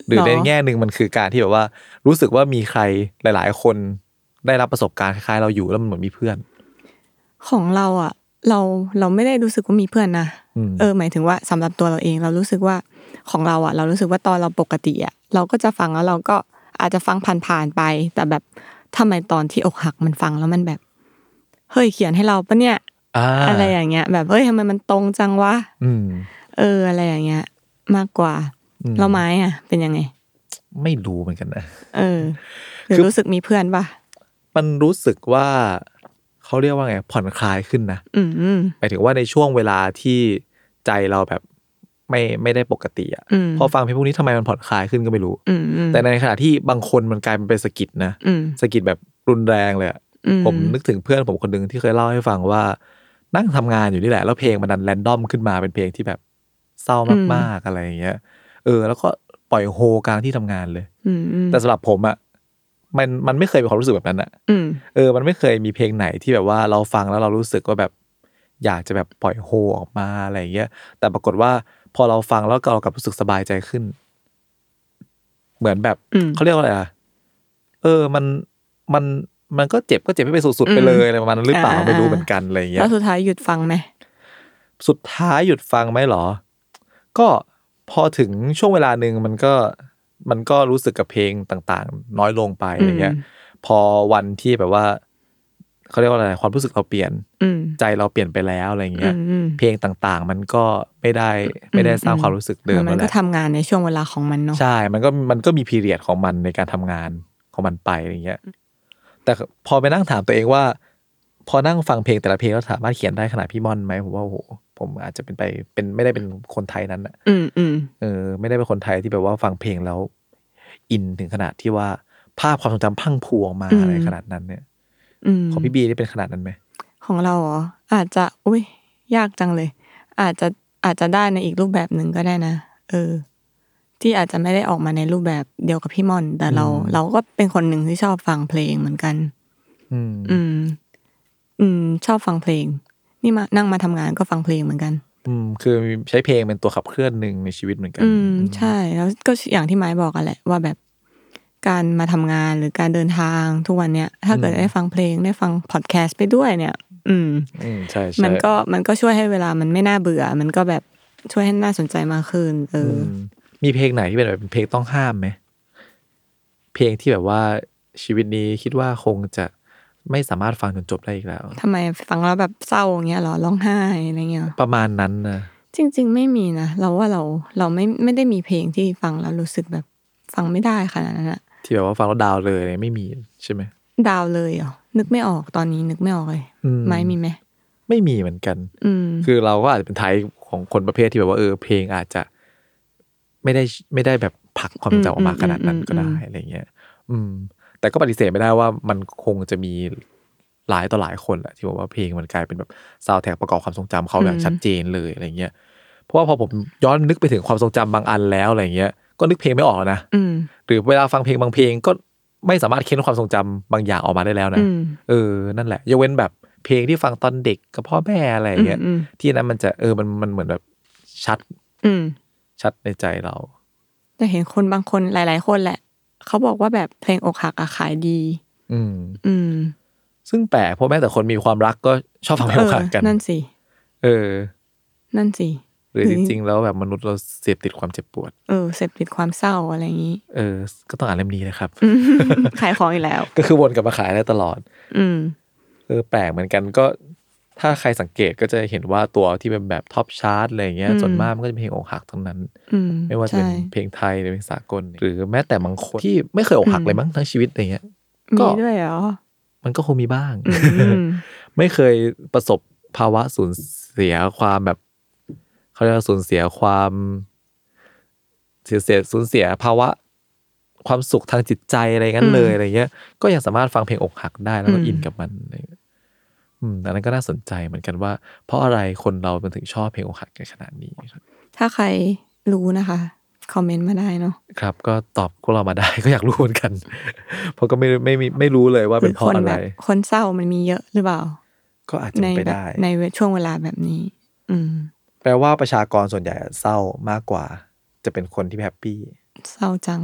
S1: หรือ
S2: หรอ
S1: ในแง่หนึ่งมันคือการที่แบบว่า รู้สึกว่ามีใครหลาย ๆ คนได้รับประสบการณ์คล้ายๆเราอยู่แล้วมันเหมือนมีเพื่อน
S2: ของเราอ่ะ เราเราไม่ได้รู้สึกว่ามีเพื่อนนะ
S1: อืม
S2: เออ หมายถึงว่าสำหรับตัวเราเอง เรารู้สึกว่าของเราอ่ะ เรารู้สึกว่าตอนเราปกติอ่ะเราก็จะฟังแล้วเราก็อาจจะฟังผ่านๆไป แต่แบบทำไมตอนที่อกหักมันฟังแล้วมันแบบเฮ้ยเขียนให้เราปะเนี่ย
S1: อ่า
S2: อะไรอย่างเงี้ย แบบเฮ้ยทำไมมันตรงจังวะ
S1: อืม
S2: เออ อะไรอย่างเงี้ย มากกว่า
S1: อืม
S2: เราไม้อ่ะ เป็นยังไง
S1: ไม่รู้เหมือนกันนะ
S2: เออหรือ
S1: คือ
S2: รู้สึกมีเพื่อนป่ะ
S1: มันรู้สึกว่าเขาเรียกว่าไงผ่อนคลายขึ้นนะ
S2: อืม
S1: หมายถึงว่าในช่วงเวลาที่ใจเราแบบไม่ไม่ได้ปกติอะ
S2: อืม
S1: พอฟังเพลงพวกนี้ทำไมมันผ่อนคลายขึ้นก็ไม่รู้
S2: อืมอืม
S1: แต่ในขณะที่บางคนมันกลายเป็นสะกิดนะ
S2: อืม
S1: สะกิดแบบรุนแรงเลยอะ
S2: อืม
S1: ผมนึกถึงเพื่อนผมคนหนึ่งที่เคยเล่าให้ฟังว่า นั่งทำงานอยู่นี่แหละ แล้วเพลงมันดันแรนดอมขึ้นมาเป็นเพลงที่แบบเศร้ามากๆอะไรอย่างเงี้ยเออ แล้วก็ปล่อยโฮกลางที่ทำงานเลย
S2: อืมอืม
S1: แต่สำหรับผมอะมันมันไม่เคยมีความรู้สึกแบบนั้นอะ
S2: อืม
S1: เออ มันไม่เคยมีเพลงไหนที่แบบว่าเราฟังแล้วเรารู้สึกว่าแบบ อยากจะแบบปล่อยโฮออกมาอะไรอย่างเงี้ย แต่ปรากฏว่าพอเราฟังแล้วเรากลับรู้สึกสบายใจขึ้น เหมือนแบบ
S2: อืม
S1: เขาเรียกว่าอะไรอ่ะ เออ มัน มัน มันก็เจ็บก็เจ็บให้ไปสุดๆไปเลยอะไรประมาณนั้นหรือเปล่า
S2: อ่า
S1: ไม่รู้เหมือนกันอะไรอย่างเงี้
S2: แล้
S1: ย
S2: วสุดท้ายหยุดฟังไหม
S1: สุดท้ายหยุดฟังไหมเหรอ ก็พอถึงช่วงเวลาหนึ่งมันก็มันก็รู้สึกกับเพลงต่างๆ น้อยลงไปอะไรเงี้ย พอวันที่แบบว่า เขาเรียกว่าอะไรความรู้สึกเราเปลี่ยน
S2: อืม
S1: ใจเราเปลี่ยนไปแล้วอะไรอย่าง
S2: อื
S1: เงี้ย
S2: มอืม
S1: เพลงต่างๆ มันก็ไม่ได้ไม่ได้สร้าง
S2: อืม
S1: ความรู้สึกเดิม
S2: มั
S1: แล้ว
S2: น
S1: แห
S2: ก็
S1: ละ
S2: ทำงานในช่วงเวลาของมันเนาะ
S1: ใช่ มันก็มันก็มีพีเรียดของมันในการทำงานของมันไปอะไรเงี้ย แต่พอไปนั่งถามตัวเองว่า พอนั่งฟังเพลงแต่ละเพลงแล้วสามารถเขียนได้ขนาดพี่ม่อนไหมผมว่าโอ้โหผมอาจจะเป็นไปเป็นไม่ได้เป็นคนไทยนั้นอะ
S2: อืมอืม
S1: เออไม่ได้เป็นคนไทยที่แบบว่าฟังเพลงแล้ว อินถึงขนาดที่ว่าภาพความทรงจำพรังพรูออกมาอะไรขนาดนั้นเนี่ย
S2: อืม
S1: ของพี่บีนี่เป็นขนาดนั้นไหม
S2: ของเราเหรออาจจะอุ้ยยากจังเลย อาจจะอาจจะได้ในอีกรูปแบบหนึ่งก็ได้นะเออ ที่อาจจะไม่ได้ออกมาในรูปแบบเดียวกับพี่มอน แต่เรา เราก็เป็นคนหนึ่งที่ชอบฟังเพลงเหมือนกัน
S1: อืม
S2: อืม อืม ชอบฟังเพลง นี่มานั่งมาทำงานก็ฟังเพลงเหมือนกัน
S1: อืมคือใช้เพลงเป็นตัวขับเคลื่อนหนึ่งในชีวิตเหมือนกัน
S2: อืม ใช่ แล้วก็อย่างที่ไม้บอกอะแหละว่าแบบการมาทำงานหรือการเดินทางทุกวันเนี้ยถ้าเกิด
S1: อืม
S2: ได้ฟังเพลงได้ฟังพอดแคสต์ไปด้วยเนี่ย อืม
S1: อืมใช่ใช่
S2: มันก็มันก็ช่วยให้เวลามันไม่น่าเบื่อ มันก็แบบช่วยให้น่าสนใจมากขึ้น เอออ
S1: มมีเพลงไหนที่เป็นแบบเป็นเพลงต้องห้ามไหม เพลงที่แบบว่าชีวิตนี้คิดว่าคงจะไม่สามารถฟังจนจบได้อีกแล้ว
S2: ทำไมฟังแล้วแบบเศร้าอย่างเงี้ยเหรอร้องไห้อะไรเงี้ย
S1: ประมาณนั้นนะ
S2: จริง ๆ ไม่มีนะ เราว่าเราเราไม่ไม่ได้มีเพลงที่ฟังแล้วรู้สึกแบบฟังไม่ได้ขนาดนั้นอะ
S1: ที่แบบว่าฟังแล้วดาวเลยอะไรไม่มีใช่ไหม
S2: ดาวเลยเหรอนึกไม่ออกตอนนี้นึกไม่ออกเลย
S1: อืม
S2: ไม่มีไหม
S1: ไม่มีเหมือนกัน
S2: อืม
S1: คือเราก็อาจจะเป็นไทยของคนประเภทที่แบบว่าเออเพลงอาจจะ ไม่ได้ไม่ได้แบบผลักความจำออกมาขนาดนั้นก็ได้อะไรเงี้ย อืม แต่ก็ปฏิเสธไม่ได้ว่ามันคงจะมีหลายต่อหลายคนแหละที่บอกว่าเพลงมันกลายเป็นแบบซาวแท็กประกอบความทรงจำเขาแบบ
S2: อืม
S1: ชัดเจนเลยอะไรเงี้ย เพราะว่าพอผมย้อนนึกไปถึงความทรงจำบางอันแล้วอะไรเงี้ย ก็นึกเพลงไม่ออกแล้วนะ
S2: อืม
S1: หรือเวลาฟังเพลงบางเพลงก็ไม่สามารถเค้นความทรงจำบางอย่างออกมาได้แล้วนะ
S2: อืม
S1: เออ นั่นแหละ ยกเว้นแบบเพลงที่ฟังตอนเด็กกับพ่อแม่อะไรอย่างเงี้ย
S2: อืม
S1: ที่นั้นมันจะเออ มันมันเหมือนแบบชัด
S2: อืม
S1: ชัดในใจเรา
S2: จะเห็นคนบางคนหลาย ๆ คนแหละ เขาบอกว่าแบบเพลงอกหักอะขายดี
S1: อืม
S2: อืม
S1: ซึ่งแปลกเพราะแม้แต่คนมีความรักก็ชอบฟังเพลงอกหักกัน
S2: เออนั่นสิ
S1: เออ
S2: นั่นสิ
S1: หรือจริงๆ แล้วแบบมนุษย์เราเสพติดความเจ็บปวด
S2: เออเสพติดความเศร้าอะไรอย่างนี้
S1: เออ ก็ต้องอ่านเล่มนี้นะครับ
S2: ขายของอีกแล้ว
S1: ก็คือวนกลับมาขายได้ตลอด
S2: อืม
S1: เออ แปลกเหมือนกันก็ ถ้าใครสังเกตก็จะเห็นว่าตัวที่เป็นแบบท็อปชาร์ตอะไรอย่างเงี้ย
S2: อืม
S1: ส่วนมากมันก็จะเป็นเพลงอกหักทั้งนั้น
S2: อืม
S1: ไม่ว่าจะเป็น
S2: ใช่
S1: เพลงไทยหรือเพลงสากล หรือแม้แต่บางคนที่ไม่เคยอกหักเลยมั้งทั้งชีวิตอะไรเงี้ย ก็
S2: มีด้วยเหรอ
S1: มันก็คงมีบ้าง
S2: อืม
S1: ไม่เคยประสบภาวะสูญเสียความแบบเขาเรียกว่าสูญเสียความเสียเสียสูญเสียภาวะความสุขทางจิตใจอะไรงั้นเลย
S2: อืม
S1: อะไรเงี้ย ก็ยังสามารถฟังเพลงอกหักได้แล้วก็
S2: อืม
S1: อินกับมันอะไรเงี้ยอืมอันนั้นก็น่าสนใจเหมือนกันว่า เพราะอะไรคนเรามันถึงชอบเพลงอกหักกันขนาดนี้ครับ
S2: ถ้าใครรู้นะคะ คอมเมนต์มาได้เนาะ
S1: ครับ ก็ตอบพวกเรามาได้ ก็อยากรู้เหมือนกัน เพราะก็ไม่ไม่มีไม่รู้เลยว่า
S2: หรื
S1: เป็นเพราะ
S2: คน
S1: อะ
S2: แบ
S1: ไร
S2: บคนเศร้ามันมีเยอะหรือเปล่า
S1: ก็อาจจะ
S2: ใน
S1: เป็นไป
S2: แบบ
S1: ได้
S2: ในช่วงเวลาแบบนี้ อืม
S1: แปลว่าประชากรส่วนใหญ่อะเศร้ามากกว่า จะเป็นคนที่แฮปปี้
S2: เศร้าจัง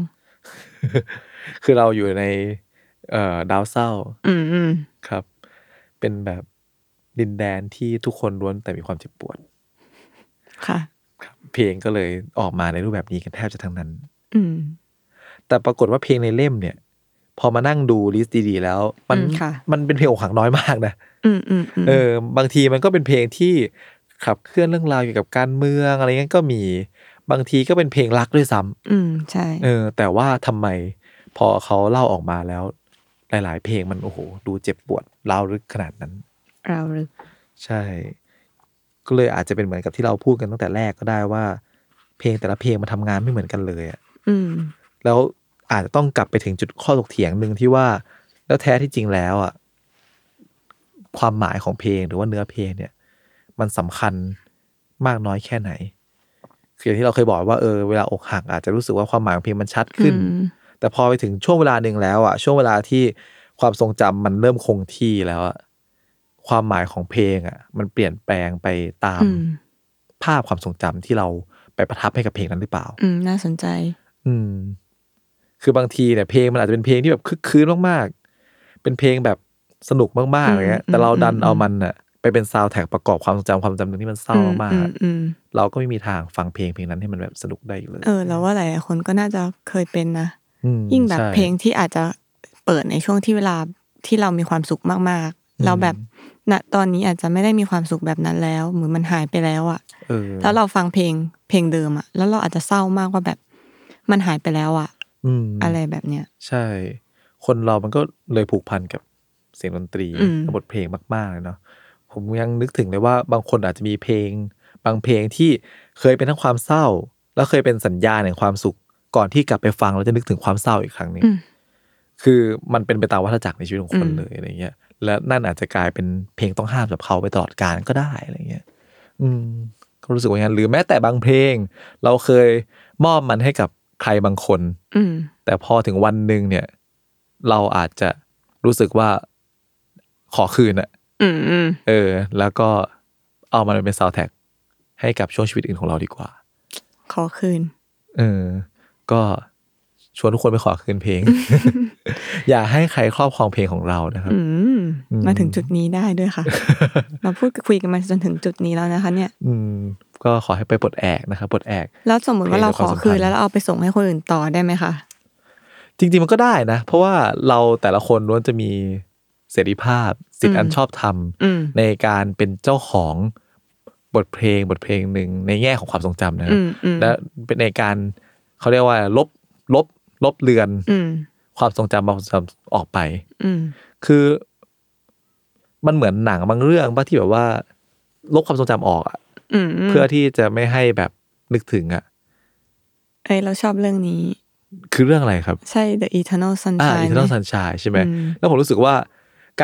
S1: คือเราอยู่ในเอ่อดาวเศร้า
S2: อืมอืม
S1: ครับ เป็นแบบดินแดนที่ทุกคนล้วนแต่มีความเจ็บปวด
S2: ค่ะ
S1: ครับเพลงก็เลยออกมาในรูปแบบนี้กันแทบจะทั้งนั้น
S2: อืม
S1: แต่ปรากฏว่าเพลงในเล่มเนี่ย พอมานั่งดูลิสต์ดีๆแล้ว มัน
S2: อืมค่ะ
S1: มันเป็นเพลงอกหักน้อยมากนะ
S2: อืมอืมอืม
S1: เออบางทีมันก็เป็นเพลงที่ขับเคลื่อนเรื่องราวเกี่ยวกับการเมืองอะไรเงี้ยก็มี บางทีก็เป็นเพลงรักด้วยซ้ำ
S2: อืมใช่
S1: เออแต่ว่าทำไมพอเขาเล่าออกมาแล้ว หลาย ๆ เพลงมันโอ้โห ดูเจ็บปวดเล่าวลึกขนาดนั้น
S2: เราลึก
S1: ใช่ ก็เลยอาจจะเป็นเหมือนกับที่เราพูดกันตั้งแต่แรกก็ได้ว่า เพลงแต่ละเพลงมันทำงานไม่เหมือนกันเลยอะ
S2: อืม
S1: แล้วอาจจะต้องกลับไปถึงจุดข้อถกเถียงหนึ่งที่ว่า แล้วแท้ที่จริงแล้วอะความหมายของเพลงหรือว่าเนื้อเพลงเนี่ย มันสำคัญมากน้อยแค่ไหน คืออย่างที่เราเคยบอกว่าเออเวลาอกหักอาจจะรู้สึกว่าความหมายของเพลงมันชัดขึ้น
S2: อืม
S1: แต่พอไปถึงช่วงเวลาหนึ่งแล้วอะช่วงเวลาที่ความทรงจำมันเริ่มคงที่แล้วอะความหมายของเพลงอะมันเปลี่ยนแปลงไปตาม
S2: อืม
S1: ภาพความทรงจำที่เราไปประทับให้กับเพลงนั้นหรือเปล่า
S2: อืม น่าสนใจ
S1: อืม คือบางทีเนี่ยเพลงมันอาจจะเป็นเพลงที่แบบคึกคืนมากๆ เป็นเพลงแบบสนุกมากๆอะไรเงี้ย
S2: อืม
S1: แต่เราดัน
S2: อืม
S1: เอามันอะไปเป็นซาวด์แทร็กประกอบความทรงจำความจำหนึ่งที่มันเศร้ามากๆ
S2: อืม
S1: อะ
S2: อืม
S1: เราก็ไม่มีทางฟังเพลงเพลงนั้นให้มันแบบสนุกได้อีกเลย
S2: เออเราว่าหลายๆคนก็น่าจะเคยเป็นนะ
S1: อืม
S2: ยิ่งแบบ
S1: ใช่
S2: เพลงที่อาจจะเปิดในช่วงที่เวลาที่เรามีความสุขมาก เราแบบณตอนนี้อาจจะไม่ได้มีความสุขแบบนั้นแล้วเหมือนมันหายไปแล้วอะ
S1: เออ
S2: แล้วเราฟังเพลงเพลงเดิมอะแล้วเราอาจจะเศร้ามากว่าแบบมันหายไปแล้วอะ
S1: อืม
S2: อะไรแบบเนี้ย
S1: ใช่ คนเรามันก็เลยผูกพันกับเสียงดนตรี
S2: อืม
S1: กับบทเพลงมากๆเลยเนาะผมยังนึกถึงเลยว่าบางคนอาจจะมีเพลง บางเพลงที่เคยเป็นทั้งความเศร้า แล้วเคยเป็นสัญญาณแห่งความสุข ก่อนที่กลับไปฟังแล้วจะนึกถึงความเศร้าอีกครั้งหนึ่ง
S2: อืม
S1: คือมันเป็นไปตามวัฏจักรในชีวิตของคน
S2: อืม
S1: เลยอะไรเงี้ย และนั่นอาจจะกลายเป็นเพลงต้องห้ามสำหรับเขาไปตลอดกาลก็ได้อะไรเงี้ย อืมก็รู้สึกว่าอย่างนั้นหรือแม้แต่บางเพลง เราเคยมอบมันให้กับใครบางคน
S2: อืม
S1: แต่พอถึงวันหนึ่งเนี่ย เราอาจจะรู้สึกว่าขอคืนอะ
S2: อืมอืม
S1: เออ แล้วก็เอามันเป็นซาวแท็กให้กับช่วงชีวิตอื่นของเราดีกว่า
S2: ขอคืน
S1: เออ ก็ชวนทุกคนไปขอคืนเพลง อย่าให้ใครครอบครองเพลงของเรานะครับ
S2: อืม
S1: อืม
S2: มาถึงจุดนี้ได้ด้วยค่ะ มาพูดคุยกันมาจนถึงจุดนี้แล้วนะคะ เนี่ย
S1: อืม ก็ขอให้ไปปลดแอกนะครับปลดแอก
S2: แล้วสมมติว่าเราขอคืน
S1: เพลงและความสัมพันธ์
S2: แล้วเราเอาไปส่งให้คนอื่นต่อได้ไหมคะ
S1: จริง ๆ มันก็ได้นะ เพราะว่าเราแต่ละคนล้วนจะมีเสรีภาพ สิทธิ์อันชอบธรรม
S2: อืม
S1: ในการเป็นเจ้าของบทเพลงบทเพลงหนึ่งในแง่ของความทรงจำนะครั
S2: อื
S1: บ
S2: มอืม
S1: และเป็นในการเขาเรียกว่าลบลบลบเลือน
S2: อืม
S1: ความทรงจำบางความทรงจำออกไป
S2: อืม
S1: คือมันเหมือนหนังบางเรื่องบ้างที่แบบว่า ลบความทรงจำออกอะ
S2: อืม
S1: เพื่อที่จะไม่ให้แบบนึกถึงอะ
S2: เอ้ยเราชอบเรื่องนี้
S1: คือเรื่องอะไรครับ
S2: ใช่ The Eternal
S1: อ่า
S2: Sunshine
S1: อินเทอร์เน็ต
S2: ไหม
S1: สันชายใช่ไหม
S2: อืม
S1: แล้วผมรู้สึกว่า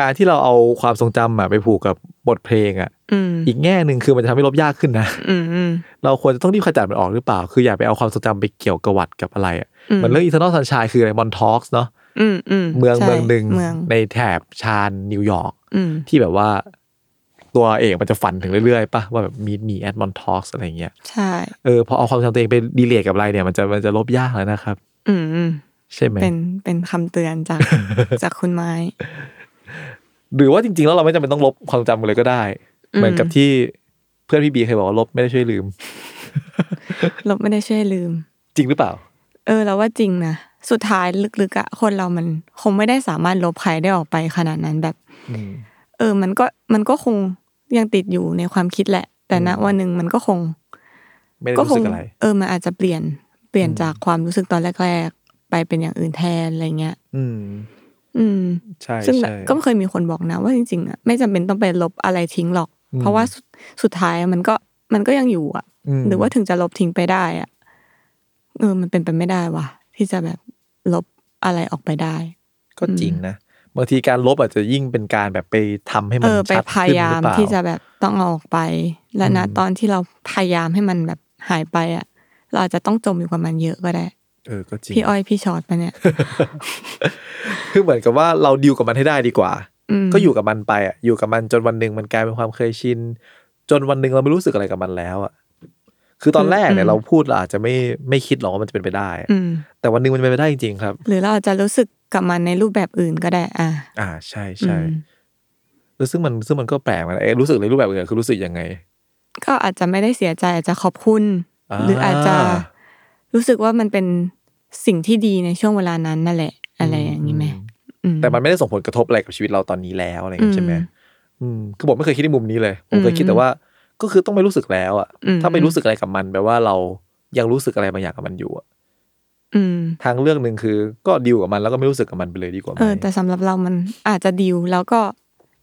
S1: การที่เราเอาความทรงจำอะไปผูกกับบทเพลงอะ
S2: อืม
S1: อีกแง่หนึ่งคือมันจะทำให้ลบยากขึ้นนะ
S2: อืมอืม
S1: เราควรจะต้องรีบขจัดมันออกหรือเปล่า คืออย่าไปเอาความทรงจำไปเกี่ยวกับวัดกับอะไรอะ
S2: อืม
S1: เหมือนเรื่องอินเทอร์เน็ตสันชายคืออะไรมอนทอกส์เนาะ
S2: อืมอืม
S1: เมือง
S2: ใช่
S1: เมืองหนึ่ง
S2: เมือง
S1: ในแถบชานนิวยอร์ก
S2: อืม
S1: ที่แบบว่าตัวเอกมันจะฝันถึงเรื่อยๆป่ะ ว่าแบบมีมีแอดมอนทอกอะไรเงี้ย
S2: ใช่
S1: เออพอเอาความจำตัวเองไปดีเลทกับอะไรเนี่ย มันจะมันจะลบยากแล้วนะครับ
S2: อืมอืม
S1: ใช่ไหม
S2: เป็นเป็นคำเตือนจาก จากคุณไม้
S1: หรือว่าจริงๆ แล้วเราไม่จำเป็นต้องลบความจำกันเลยก็ได้
S2: อืม
S1: เหมือนกับที่เพื่อนพี่บีเคยบอกว่าลบไม่ได้ช่วยลืม
S2: ลบไม่ได้ช่วยลืม
S1: จริงหรือเปล่า
S2: เออเราว่าจริงนะสุดท้ายลึกๆอะคนเรามันคงไม่ได้สามารถลบใครได้ออกไปขนาดนั้นแบบ
S1: อืม
S2: เออ มันก็มันก็คงยังติดอยู่ในความคิดแหละ แต่ณ
S1: อืม
S2: วันหนึ่งมันก็คง
S1: ไม่ได้
S2: ก็
S1: รู้
S2: ค
S1: สึ
S2: ง
S1: กอะไร
S2: เออมันอาจจะเปลี่ยนเปลี่ยน
S1: อืม
S2: จากความรู้สึกตอนแรก ๆ ไปเป็นอย่างอื่นแทนอะไรเงี้ย
S1: อืม
S2: อืม
S1: ใช่
S2: ซึ่ง
S1: ใช่
S2: ก็เคยมีคนบอกนะว่าจริงๆอะไม่จำเป็นต้องไปลบอะไรทิ้งหรอก
S1: อืม
S2: เพราะว่าสุดสุดท้ายมันก็มันก็ยังอยู่อะ
S1: ม
S2: หรือว่าถึงจะลบทิ้งไปได้อะเออมันเป็นไปไม่ได้ว่ะ ที่จะแบบลบอะไรออกไปได้
S1: ก็จริงนะบางทีการลบอาจจะยิ่งเป็นการแบบไปทำให้
S2: เอ
S1: มัน
S2: อไป
S1: ชัด
S2: พ
S1: ขึ้น
S2: ยายา
S1: หรื
S2: ม
S1: อเปล่า
S2: ที่จะแบบต้องเอาออกไป และนะ
S1: อืม
S2: ตอนที่เราพยายามให้มันแบบหายไปอ่ะ เราอาจจะต้องจมอยู่กับมันเยอะก็ได้
S1: เออก็จริง
S2: พี่อ้อยพี่ชอตมาเนี่ย
S1: คือเหมือนกับว่าเราดิวกับมันให้ได้ดีกว่า
S2: ม
S1: ก็อยู่กับมันไปอ่ะอยู่กับมันจนวันหนึ่งมันกลายเป็นความเคยชิน จนวันหนึ่งเราไม่รู้สึกอะไรกับมันแล้วอ่ะคือตอนแรกเนี่ยเราพูดเราอาจจะไม่ไม่คิดหรอกว่ามันจะเป็นไปได้
S2: อืม
S1: แต่วันหนึ่งมันเป็นไปได้จริงๆครับ
S2: หรือเราอาจจะรู้สึกกับมันในรูปแบบอื่นก็ได้ อ่ะ
S1: อ่าใช่
S2: อื
S1: ใช่
S2: ม
S1: แล้วซึ่งมันซึ่งมันก็แปลกนะเอ๊ะรู้สึกในรูปแบบอื่นคือรู้สึกยังไง
S2: ก็อาจจะไม่ได้เสียใจอาจจะขอบคุณ
S1: า
S2: หรืออาจจะรู้สึกว่ามันเป็นสิ่งที่ดีในช่วงเวลานั้นนั่นแหละ อะไรอย่างนี้ไหมอืม
S1: แต่มันไม่ได้ส่งผลกระทบอะไรกับชีวิตเราตอนนี้แล้วอะไรอย่างเงี้ยใช่ไหม
S2: อืม
S1: อืมคือผมไม่เคยคิดในมุมนี้เลยผมเคยคิด
S2: อืม
S1: แต่ว่า ก็คือต้องไม่รู้สึกแล้วอ่ะ
S2: อืม
S1: ถ้าไม่รู้สึกอะไรกับมันแปลว่าเรายังรู้สึกอะไรบางอย่างกับมันอยู่อะ
S2: อืม
S1: ทางเรื่องหนึ่งคือก็ดีลกับมันแล้วก็ไม่รู้สึกกับมันไปเลยดีกว่าไหม
S2: เออ แต่สำหรับเรามันอาจจะดิวแล้วก็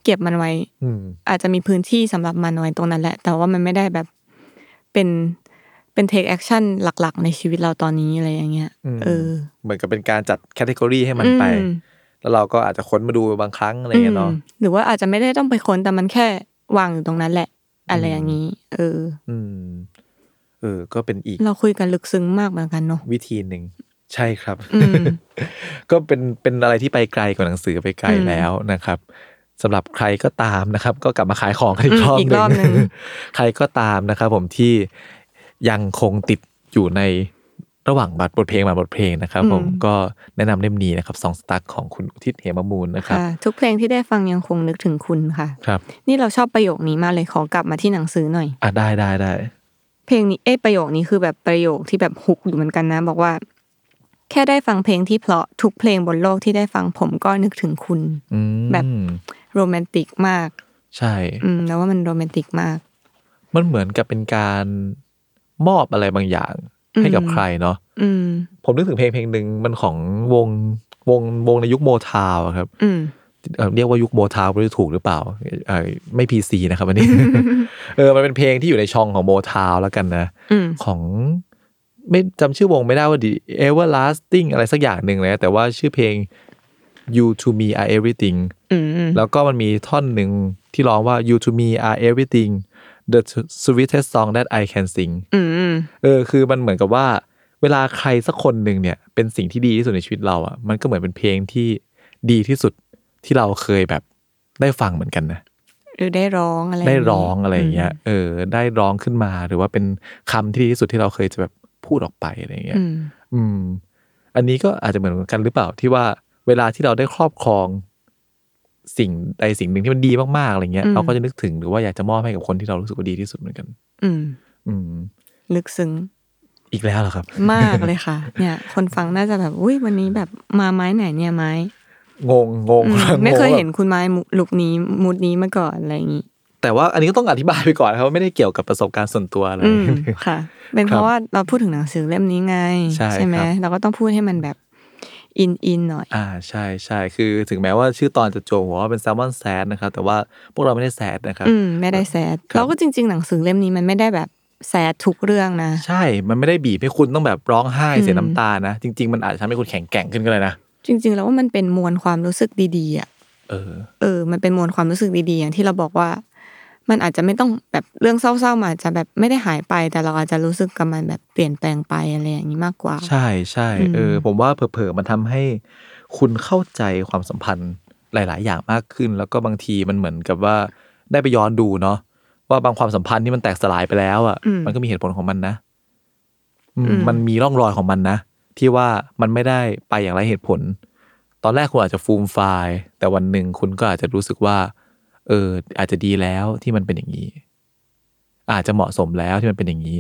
S2: เก็บมันไว้
S1: อืม
S2: อาจจะมีพื้นที่สำหรับมันไว้ตรงนั้นแหละ แต่ว่ามันไม่ได้แบบเป็นเป็นเทคแอคชั่นหลัก ๆ ในชีวิตเราตอนนี้อะไรอย่างเงี้ย
S1: อืม
S2: เออ
S1: เหมือนกับเป็นการจัดแคตตากรีให้มันไป
S2: อื
S1: แล้วเราก็อาจจะค้นมาดูบางครั้งอะไรเงี้ยเนาะ
S2: อืมหรือว่าอาจจะไม่ได้ต้องไปค้นแต่มันแค่วางอยู่ตรงนั้นแหละ อะไรอย่างนี้ เออ
S1: อืม เออ ก็เป็นอีก
S2: เราคุยกันลึกซึ้งมากเหมือนกันเนาะ
S1: วิธีหนึ่ง ใช่ครับ
S2: อืม
S1: ก็เป็นเป็นอะไรที่ไปไกลกว่าหนังสือไปไกล
S2: อืม
S1: แล้วนะครับสำหรับใครก็ตามนะครับ ก็กลับมาขายของกันอีกรอบ
S2: อืมอีกรอบ
S1: ห
S2: หนึ่
S1: นึ่ง
S2: ง
S1: ใครก็ตามนะครับ ผมที่ยังคงติดอยู่ในระหว่างบัตรบทเพลงบัตรบทเพลงนะครับ ผมก็แนะนำเล่มนี้นะครับสองสตั๊กของคุณอุทิศเหมมูลนะครับ
S2: ค่ะ ทุกเพลงที่ได้ฟังยังคงนึกถึงคุณค่ะ
S1: ครับ
S2: นี่เราชอบประโยคนี้มากเลยขอกลับมาที่หนังสือหน่อย
S1: อ่ะได้ได้ได้
S2: เพลงนี้เอ้ยประโยคนี้คือแบบประโยคที่แบบฮุกอยู่เหมือนกันนะ บอกว่า แค่ได้ฟังเพลงที่เพราะทุกเพลงบนโลกที่ได้ฟังผมก็นึกถึงคุณ
S1: อืม
S2: แบบ โรแมนติกมาก
S1: ใช่
S2: อืมแล้วว่ามันโรแมนติกมาก
S1: มันเหมือนกับเป็นการมอบอะไรบางอย่าง
S2: อืม
S1: ให้กับใครเนาะ
S2: อืม
S1: ผมนึกถึงเพลงเพลงหนึ่งมันของวงวงวงในยุคโมทาวน์อะครับ
S2: อืม
S1: เอ่อเรียกว่ายุคโมทาวน์ไม่รู้ถูกหรือเปล่าเอ่อไม่พีซีนะครับ อันนี้ เออมันเป็นเพลงที่อยู่ในช่องของโมทาวน์แล้วกันนะ
S2: อืม
S1: ของไม่จำชื่อวงไม่ได้ว่า The Everlasting อะไรสักอย่างหนึ่งเลยนะแต่ว่าชื่อเพลง You to me are everything
S2: อืมอืม
S1: แล้วก็มันมีท่อนหนึ่งที่ร้องว่า You to me are everything the sweetest song that I can sing
S2: อืมอืม
S1: เออคือมันเหมือนกับว่า เวลาใครสักคนหนึ่งเนี่ยเป็นสิ่งที่ดีที่สุดในชีวิตเราอะ่ะมันก็เหมือนเป็นเพลงที่ดีที่สุดที่เราเคยแบบได้ฟังเหมือนกันนะ
S2: หรือได้ร้องอะไร
S1: ได้ร้องอะไรอย่างเงี้ยเออได้ร้องขึ้นมาหรือว่าเป็นคำที่ดีที่สุดที่เราเคยจะแบบพูดออกไปอะไรอย่างเงี้ย
S2: อืม
S1: อืม อันนี้ก็อาจจะเหมือนกันหรือเปล่าที่ว่าเวลาที่เราได้ครอบครอง สิ่งใดสิ่งหนึ่งที่มันดีมากๆอะไรเงี้ย
S2: อืม
S1: เราก็จะนึกถึงหรือว่าอยากจะมอบให้กับคนที่เรารู้สึกว่าดีที่สุดเหมือนกัน
S2: อืม
S1: อืม
S2: ลึกซึ้ง
S1: อีกแล้วเหรอครับ
S2: มากเลย ค่ะ เนี่ย คนฟังน่าจะแบบอุ้ยวันนี้แบบมาไม้ไหนเนี่ยไม้
S1: งงงง
S2: อืม
S1: งง
S2: ไม่เคย
S1: ว่า
S2: เห็นคุณไม้มุลุกนี้มูดนี้มาก่อนอะไรอย่างงี้
S1: แต่ว่าอันนี้ก็ต้องอธิบายไปก่อนนะครับว่าไม่ได้เกี่ยวกับประสบการณ์ส่วนตัวอะไร
S2: อืมค่ะ เป็นเพ
S1: ครั
S2: ราะ
S1: บ
S2: ว่าเราพูดถึงหนังสือเล่มนี้ไง
S1: ใช่
S2: ไหม
S1: ครับ
S2: เราก็ต้องพูดให้มันแบบอินอินหน่อย
S1: อ่าใช่ใช่คือ ถึงแม้ว่าชื่อตอนจะโจงหัวว่าเป็นแซลมอนแซดนะครับแต่ว่าพวกเราไม่ได้แซดนะครับ
S2: อืมไม่ได้แซด
S1: ครับ
S2: แล้วก็จริง ๆ หนังสือเล่มนี้มันไม่ได้แบบแซดทุกเรื่องนะ
S1: ใช่ มันไม่ได้บีบให้คุณต้องแบบร้องไห้เสีย
S2: อืม
S1: น้ำตานะจริง ๆ มันอาจจะทำให้คุณแข็งแกร่งขึ้นก็เลยนะ
S2: จริง ๆ แล้วว่ามันเป็นมวลความรู้สึกดีๆอ่ะ
S1: เออ
S2: เออ มันเป็นมวลความรู้สึกดีๆ อย่างที่เราบอกว่า มันอาจจะไม่ต้องแบบเรื่องเศร้าๆมันอาจจะแบบไม่ได้หายไป แต่เราอาจจะรู้สึกกับมันแบบเปลี่ยนแปลงไปอะไรอย่างนี้มากกว่า
S1: ใช่ใช่
S2: อืม
S1: เออ ผมว่าเผลอๆมันทำให้คุณเข้าใจความสัมพันธ์หลาย ๆ อย่างมากขึ้น แล้วก็บางทีมันเหมือนกับว่าได้ไปย้อนดูเนาะว่าบางความสัมพันธ์ที่มันแตกสลายไปแล้วอ่ะ
S2: อืม
S1: มันก็มีเหตุผลของมันนะอืม
S2: อืม
S1: มันมีร่องรอยของมันนะ ที่ว่ามันไม่ได้ไปอย่างไรเหตุผล ตอนแรกคุณอาจจะฟูมไฟายแต่วันหนึ่งคุณก็อาจจะรู้สึกว่า เออ อาจจะดีแล้วที่มันเป็นอย่างนี้ อาจจะเหมาะสมแล้วที่มันเป็นอย่างนี้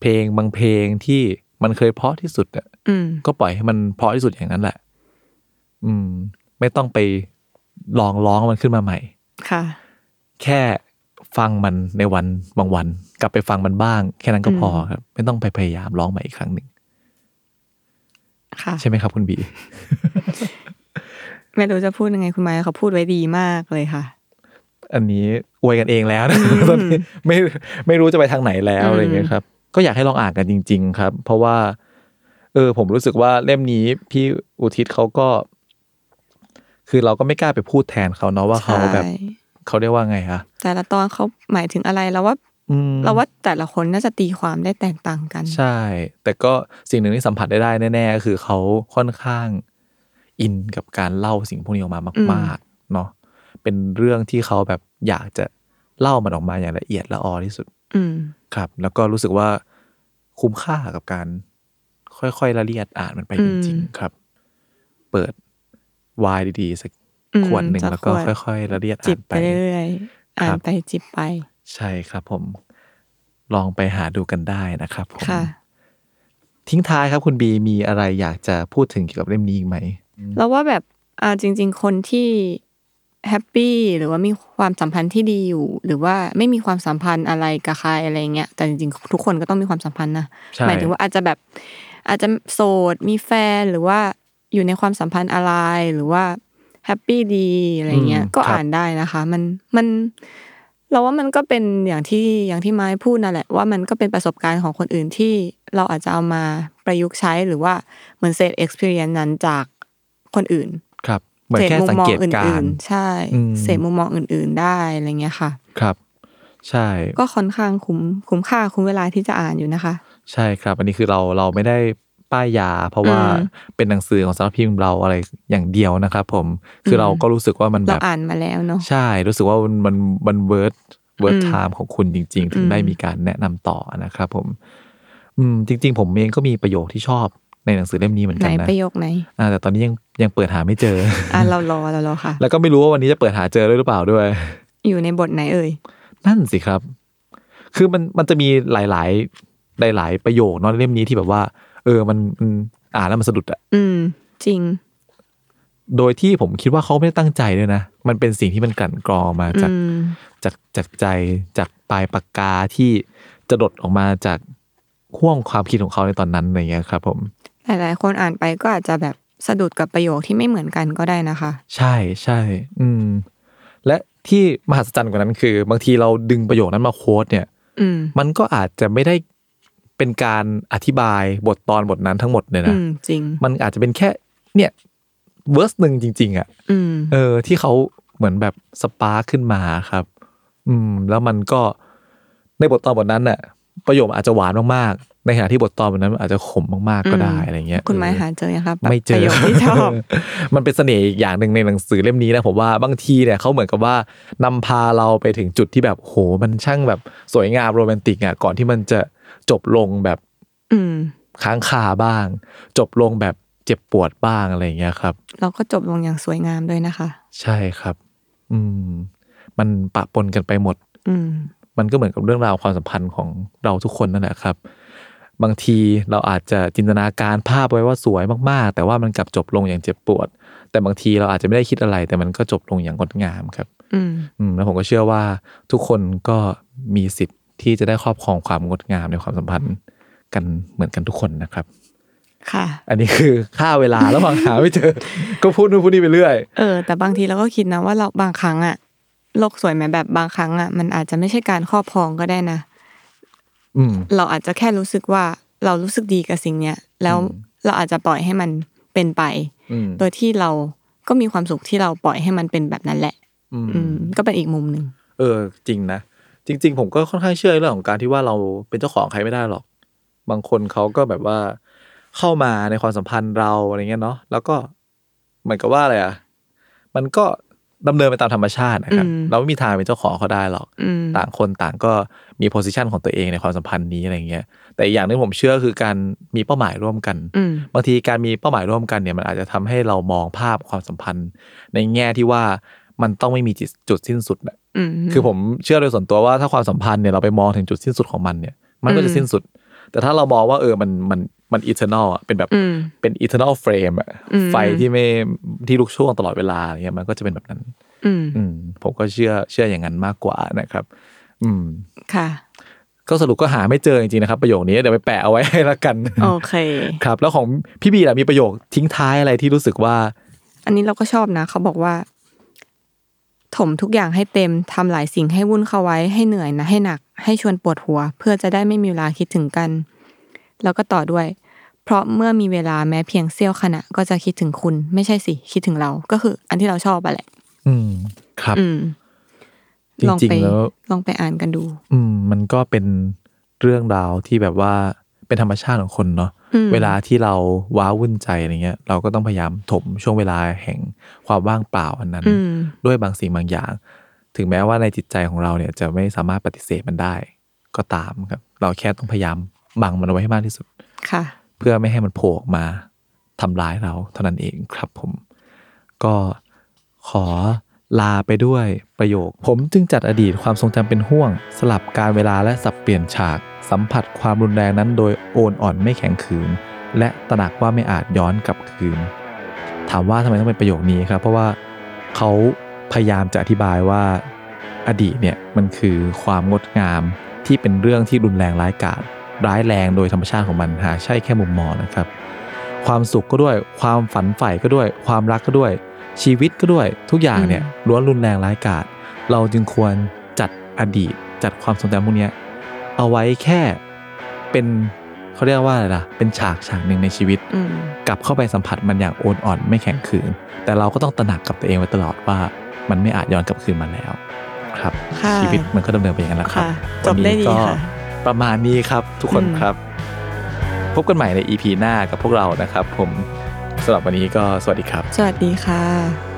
S1: เพลงบางเพลงที่มันเคยเพราะที่สุดอะ
S2: อืม
S1: ก็ปล่อยให้มันเพราะที่สุดอย่างนั้นแหละ อืม ไม่ต้องไปลองร้องมันขึ้นมาใหม่
S2: ค่ะ
S1: แค่ฟังมันในวันบางวัน กลับไปฟังมันบ้าง แค่นั้นก็พอครับ ไม่ต้องไปพยายามร้องใหม่อีกครั้งหนึ่ง
S2: ค่ะ
S1: ใช่ไหมครับคุณบี
S2: ไม่รู้จะพูดยังไงคุณไม้เขาพูดไว้ดีมากเลยค่ะ
S1: อันนี้อวยกันเองแล้วนะตอนนี้ไม่ไม่รู้จะไปทางไหนแล้วอะไรอย่างเงี้ยครับ ก็อยากให้ลองอ่านกันจริง ๆ ครับ เพราะว่า เออ ผมรู้สึกว่าเล่มนี้พี่อุทิศเขาก็ คือเราก็ไม่กล้าไปพูดแทนเขาเนาะว่าเขาแบบ
S2: ใช่
S1: เขาเรียกว่าไงฮะ
S2: แต่ละตอนเขาหมายถึงอะไรเราว่า
S1: อืม
S2: เราว่าแต่ละคนน่าจะตีความได้แตกต่างกัน
S1: ใช่ แต่ก็สิ่งหนึ่งที่สัมผัสได้ได้แน่ๆก็คือเขาค่อนข้างอินกับการเล่าสิ่งพวกนี้ออกมามาก ๆ เนาะเป็นเรื่องที่เขาแบบอยากจะเล่ามันออกมาอย่างละเอียดละออที่สุด
S2: อืม
S1: ครับ แล้วก็รู้สึกว่าคุ้มค่ากับการ ค่อยๆละเลียดอ่านมันไป
S2: อื
S1: จ
S2: ม
S1: ริง ๆ ครับ เปิดวายดีๆ สัก
S2: อืม
S1: ขวดหนึ่ง
S2: จะ
S1: แล้วก็
S2: ขด
S1: ค่อยๆละเลียด
S2: จิ
S1: อ่าน
S2: บไป
S1: ไป
S2: เรื่อยๆอ่า
S1: ครั
S2: น
S1: บ
S2: ไปจิบไป
S1: ใช่ครับผมลองไปหาดูกันได้นะครับผม
S2: ค่ะ
S1: ทิ้งท้ายครับคุณบีมีอะไรอยากจะพูดถึงเกี่ยวกับเล่มนี้อีกไหม
S2: เราว่าแบบอ่าจริง ๆ คนที่แฮปปี้หรือว่ามีความสัมพันธ์ที่ดีอยู่ หรือว่าไม่มีความสัมพันธ์อะไรกับใครอะไรเงี้ยแต่จริงๆ ทุกคนก็ต้องมีความสัมพันธ์นะ
S1: ใช่
S2: หมายถึงว่าอาจจะแบบอาจจะโสดมีแฟนหรือว่าอยู่ในความสัมพันธ์อะไรหรือว่าแฮปปี้ดีอะไรเงี้ย
S1: อืม
S2: ก็
S1: ครับ
S2: อ่านได้นะคะ มันมัน เราว่ามันก็เป็นอย่างที่อย่างที่ไม้พูดนั่นแหละว่ามันก็เป็นประสบการณ์ของคนอื่นที่เราอาจจะเอามาประยุกต์ใช้หรือว่าเหมือนเศษ experience นั้นจากคนอื่น
S1: ครับ เหมือน
S2: เศษ
S1: แค่
S2: มุม
S1: สัง
S2: มอง
S1: เก
S2: อ
S1: ตา
S2: กื่
S1: ร
S2: น
S1: ณ์
S2: ๆ ใช่
S1: อืม
S2: เศษมุมมองอื่น ๆ ได้อะไรเงี้ยค่ะ
S1: ครับ ใช่
S2: ก็ค่อนข้างคุ้มคุ้มค่าคุ้มเวลาที่จะอ่านอยู่นะคะ
S1: ใช่ครับ อันนี้คือเราเราไม่ได้ป้ายยา เพราะว่า
S2: อืม
S1: เป็นหนังสือของสำนักพิมพ์เราอะไรอย่างเดียวนะครับผมคือเราก็รู้สึกว่ามันแบ
S2: เรา
S1: บ
S2: อ่านมาแล้วเนาะ
S1: ใช่รู้สึกว่ามันมันมันเวิร์ดเวิร์ด
S2: อืม
S1: ไทม์ของคุณจริง ๆ ถึงได้
S2: อืม
S1: มีการแนะนำต่อนะครับผม อืมจริง ๆ ผมเองก็มีประโยคที่ชอบในหนังสือเล่มนี้เหมือน
S2: ไหน
S1: กันนะ
S2: ประโยคไหน
S1: อ่าแต่ตอนนี้ยังยังเปิดหาไม่เจอ
S2: อ่ะเรารอเรารอค่ะ
S1: แล้วก็ไม่รู้ว่าวันนี้จะเปิดหาเจอด้วยหรือเปล่าด้วย
S2: อยู่ในบทไหนเอ่ย
S1: นั่นสิครับ คือมันมันจะมีหลาย ๆ หลาย ๆ ประโยคเนอะในเล่มนี้ที่แบบว่า เออ มันมัน อ่านแล้วมันสะดุดอะ
S2: อืม จริง
S1: โดยที่ผมคิดว่าเขาไม่ได้ตั้งใจด้วยนะ มันเป็นสิ่งที่มันกลั่นกรองมาจาก
S2: อืม
S1: จากจากใจจากปลายปากกาที่จะดดออกมาจากห่วงความคิดของเขาในตอนนั้นอะไรเงี้ยครับ ผม
S2: หลายๆ คนอ่านไปก็อาจจะแบบสะดุดกับประโยคที่ไม่เหมือนกันก็ได้นะคะ
S1: ใช่ใช่อืม และที่มหัศจรรย์กว่านั้นคือ บางทีเราดึงประโยคนั้นมาโค้ดเนี่ย
S2: อืม
S1: มันก็อาจจะไม่ได้เป็นการอธิบายบทตอนบทนั้นทั้งหมดเลย
S2: อื
S1: นะ
S2: ม จริง
S1: มันอาจจะเป็นแค่ เนี่ยเวอร์สหนึ่งจริง ๆอะ่ะ
S2: อืม
S1: เออ ที่เขาเหมือนแบบสปาร์คขึ้นมาครับ อืม แล้วมันก็ในบทตอนบทนั้นน่ะ ประโยคมันอาจจะหวานมากๆในขณะที่บทตอนบทนั้นมันอาจจะขมมากๆก็ได้
S2: อืม
S1: อะไรเงี้ย
S2: คุณไม้
S1: เออ
S2: หาเจอยังคะแบบ
S1: ไม่เจ
S2: ประ
S1: อ
S2: โยคที่ชอบ
S1: มันเป็นเสน่ห์อีกอย่างหนึ่งในหนังสือเล่มนี้นะผมว่าบางทีเนี่ยเขาเหมือนกับว่านำพาเราไปถึงจุดที่แบบโหมันช่างแบบสวยงามโรแมนติกอ่ะก่อนที่มันจะจบลงแบบ
S2: อืม
S1: ค้างคาบ้าง จบลงแบบเจ็บปวดบ้างอะไรอย่างเงี้ยครับ
S2: เราก็จบลงอย่างสวยงามด้วยนะคะ
S1: ใช่ครับ อืม มันปะปนกันไปหมด
S2: อืม
S1: มันก็เหมือนกับเรื่องราวความสัมพันธ์ของเราทุกคนนั่นแหละครับ บางทีเราอาจจะจินตนาการภาพไว้ว่าสวยมากๆ แต่ว่ามันกลับจบลงอย่างเจ็บปวด แต่บางทีเราอาจจะไม่ได้คิดอะไร แต่มันก็จบลงอย่างงดงามครับ
S2: อืม
S1: อืมแล้วผมก็เชื่อว่าทุกคนก็มีสิทธิ์ที่จะได้ครอบครองความงดงามในความสัมพันธ์กันเหมือนกันทุกคนนะครับ
S2: ค่ะ
S1: อันนี้คือค่าเว ลาระหว่างหาไม่เจอ ก็พูดนู่นพูดนี่ไปเรื่อย
S2: เออ แต่บางทีเราก็คิดนะว่าเราบางครั้งอะโลกสวยไหมแบบบางครั้งอะมันอาจจะไม่ใช่การครอบครองก็ได้นะ
S1: อืม
S2: เราอาจจะแค่รู้สึกว่าเรารู้สึกดีกับสิ่งเนี้ย แล้ว
S1: อืม
S2: เราอาจจะปล่อยให้มันเป็นไป
S1: อืม
S2: โดยที่เราก็มีความสุขที่เราปล่อยให้มันเป็นแบบนั้นแหละ
S1: อื
S2: อืม
S1: ม
S2: ก็เป็นอีกมุมหนึ่ง
S1: เออจริงนะ จริง ๆ ผมก็ค่อนข้างเชื่อเรื่องของการที่ว่าเราเป็นเจ้าของใครไม่ได้หรอก บางคนเขาก็แบบว่าเข้ามาในความสัมพันธ์เราอะไรเงี้ยเนาะแล้วก็เหมือนกับว่าอะไรอ่ะมันก็ดำเนินไปตามธรรมชาตินะครับ
S2: อืม
S1: เราไม่มีทางเป็นเจ้าของเขาได้หรอก
S2: อืม
S1: ต่างคนต่างก็มีโพสิชันของตัวเองในความสัมพันธ์นี้อะไรเงี้ยแต่อีกอย่างหนึงผมเชื่อคือการมีเป้าหมายร่วมกัน
S2: อืม
S1: บางทีการมีเป้าหมายร่วมกันเนี่ยมันอาจจะทำให้เรามองภาพความสัมพันธ์ ในแง่ที่ว่ามันต้องไม่มีจิตจุดสิ้นสุดนะ
S2: อืม
S1: คือผมเชื่อโดยส่วนตัวว่าถ้าความสัมพันธ์เนี่ยเราไปมองถึงจุดสิ้นสุดของมันเนี่ย มันก็
S2: อื
S1: จะ
S2: ม
S1: สิ้นสุด แต่ถ้าเรามองว่าเออมันมันมันอีเทอร์นอลอ่ะเป็นแบบ
S2: อืม
S1: เป็นอีเทอร์นอลเฟรมอ่ะ
S2: อืม
S1: ไฟที่ไม่ที่ลุกโช่วงตลอดเวลาอะไรเงี้ยมันก็จะเป็นแบบนั้น
S2: อืม
S1: อืมผมก็เชื่อเชื่ออย่างนั้นมากกว่านะครับ อืม
S2: ค่ะ
S1: ก็สรุปก็หาไม่เจอจริงๆนะครับ ประโยคนี้เดี๋ยวไปแปะเอาไว้ให้ละกัน
S2: โอเค
S1: ครับ แล้วของพี่บีล่ะมีประโยคทิ้งท้ายอะไรที่รู้สึกว่า
S2: อันนี้เราก็ชอบนะ เขาบอกว่า ถมทุกอย่างให้เต็มทำหลายสิ่งให้วุ่นเข้าไว้ให้เหนื่อยนะ ให้หนัก ให้ชวนปวดหัว เพื่อจะได้ไม่มีเวลาคิดถึงกัน แล้วก็ต่อด้วย เพราะเมื่อมีเวลาแม้เพียงเสี้ยวขณะ ก็จะคิดถึงคุณ ไม่ใช่สิคิดถึงเรา ก็คือ อันที่เราชอบอะแหละ
S1: อืมครับ
S2: อืม
S1: จริงๆ
S2: ลองไป
S1: แล้ว
S2: ลองไปอ่านกันดู
S1: อืมมันก็เป็นเรื่องราวที่แบบว่าเป็นธรรมชาติของคนเนาะ
S2: อืม
S1: เวลาที่เราว้าวุ่นใจอะไรเงี้ย เราก็ต้องพยายามถมช่วงเวลาแห่งความว่างเปล่าอันนั้น
S2: อืม
S1: ด้วยบางสิ่งบางอย่าง ถึงแม้ว่าในจิตใจของเราเนี่ยจะไม่สามารถปฏิเสธมันได้ ก็ตามครับ เราแค่ต้องพยายามบังมันเอาไว้ให้มากที่สุด
S2: ค่ะ
S1: เพื่อไม่ให้มันโผล่ออกมาทำร้ายเราเท่านั้นเองครับผม ก็ขอลาไปด้วยประโยค ผมจึงจัดอดีตความทรงจำเป็นห่วง สลับการเวลาและสับเปลี่ยนฉาก สัมผัสความรุนแรงนั้นโดยโอนอ่อนไม่แข็งขืน และตระหนักว่าไม่อาจย้อนกลับคืน ถามว่าทำไมต้องเป็นประโยคนี้ครับ เพราะว่าเขาพยายามจะอธิบายว่าอดีตเนี่ยมันคือความงดงามที่เป็นเรื่องที่รุนแรงร้ายกาจร้ายแรงโดยธรรมชาติของมันหาใช่แค่มุมมองนะครับ ความสุขก็ด้วย ความฝันใฝ่ก็ด้วย ความรักก็ด้วย ชีวิตก็ด้วย ทุกอย่างเนี่ยล้วนรุนแรงร้ายกาจเราจึงควรจัดอดีต จัดความทรงจำพวกเนี้ยเอาไว้แค่เป็นเขาเรียกว่าอะไรล่ะเป็นฉากฉากหนึ่งในชีวิต
S2: อืม
S1: กลับเข้าไปสัมผัสมันอย่างโอนอ่อนไม่แข็งขืน แต่เราก็ต้องตระหนักกับตัวเองไว้ตลอดว่ามันไม่อาจย้อนกลับคืนมาแล้ว ครับ
S2: ค่ะ
S1: ชีวิตมันก็ดำเนินไปอย่างนั้นแหละครับ
S2: ค่ะจ
S1: วัน
S2: บ
S1: นี้
S2: ได้ดี
S1: ก็
S2: ค่ะ
S1: ประมาณนี้ครับทุกคน
S2: อืม
S1: ครับ พบกันใหม่ใน EP หน้ากับพวกเรานะครับ ผมสำหรับวันนี้ก็สวัสดีครับ
S2: สวัสดีค่ะ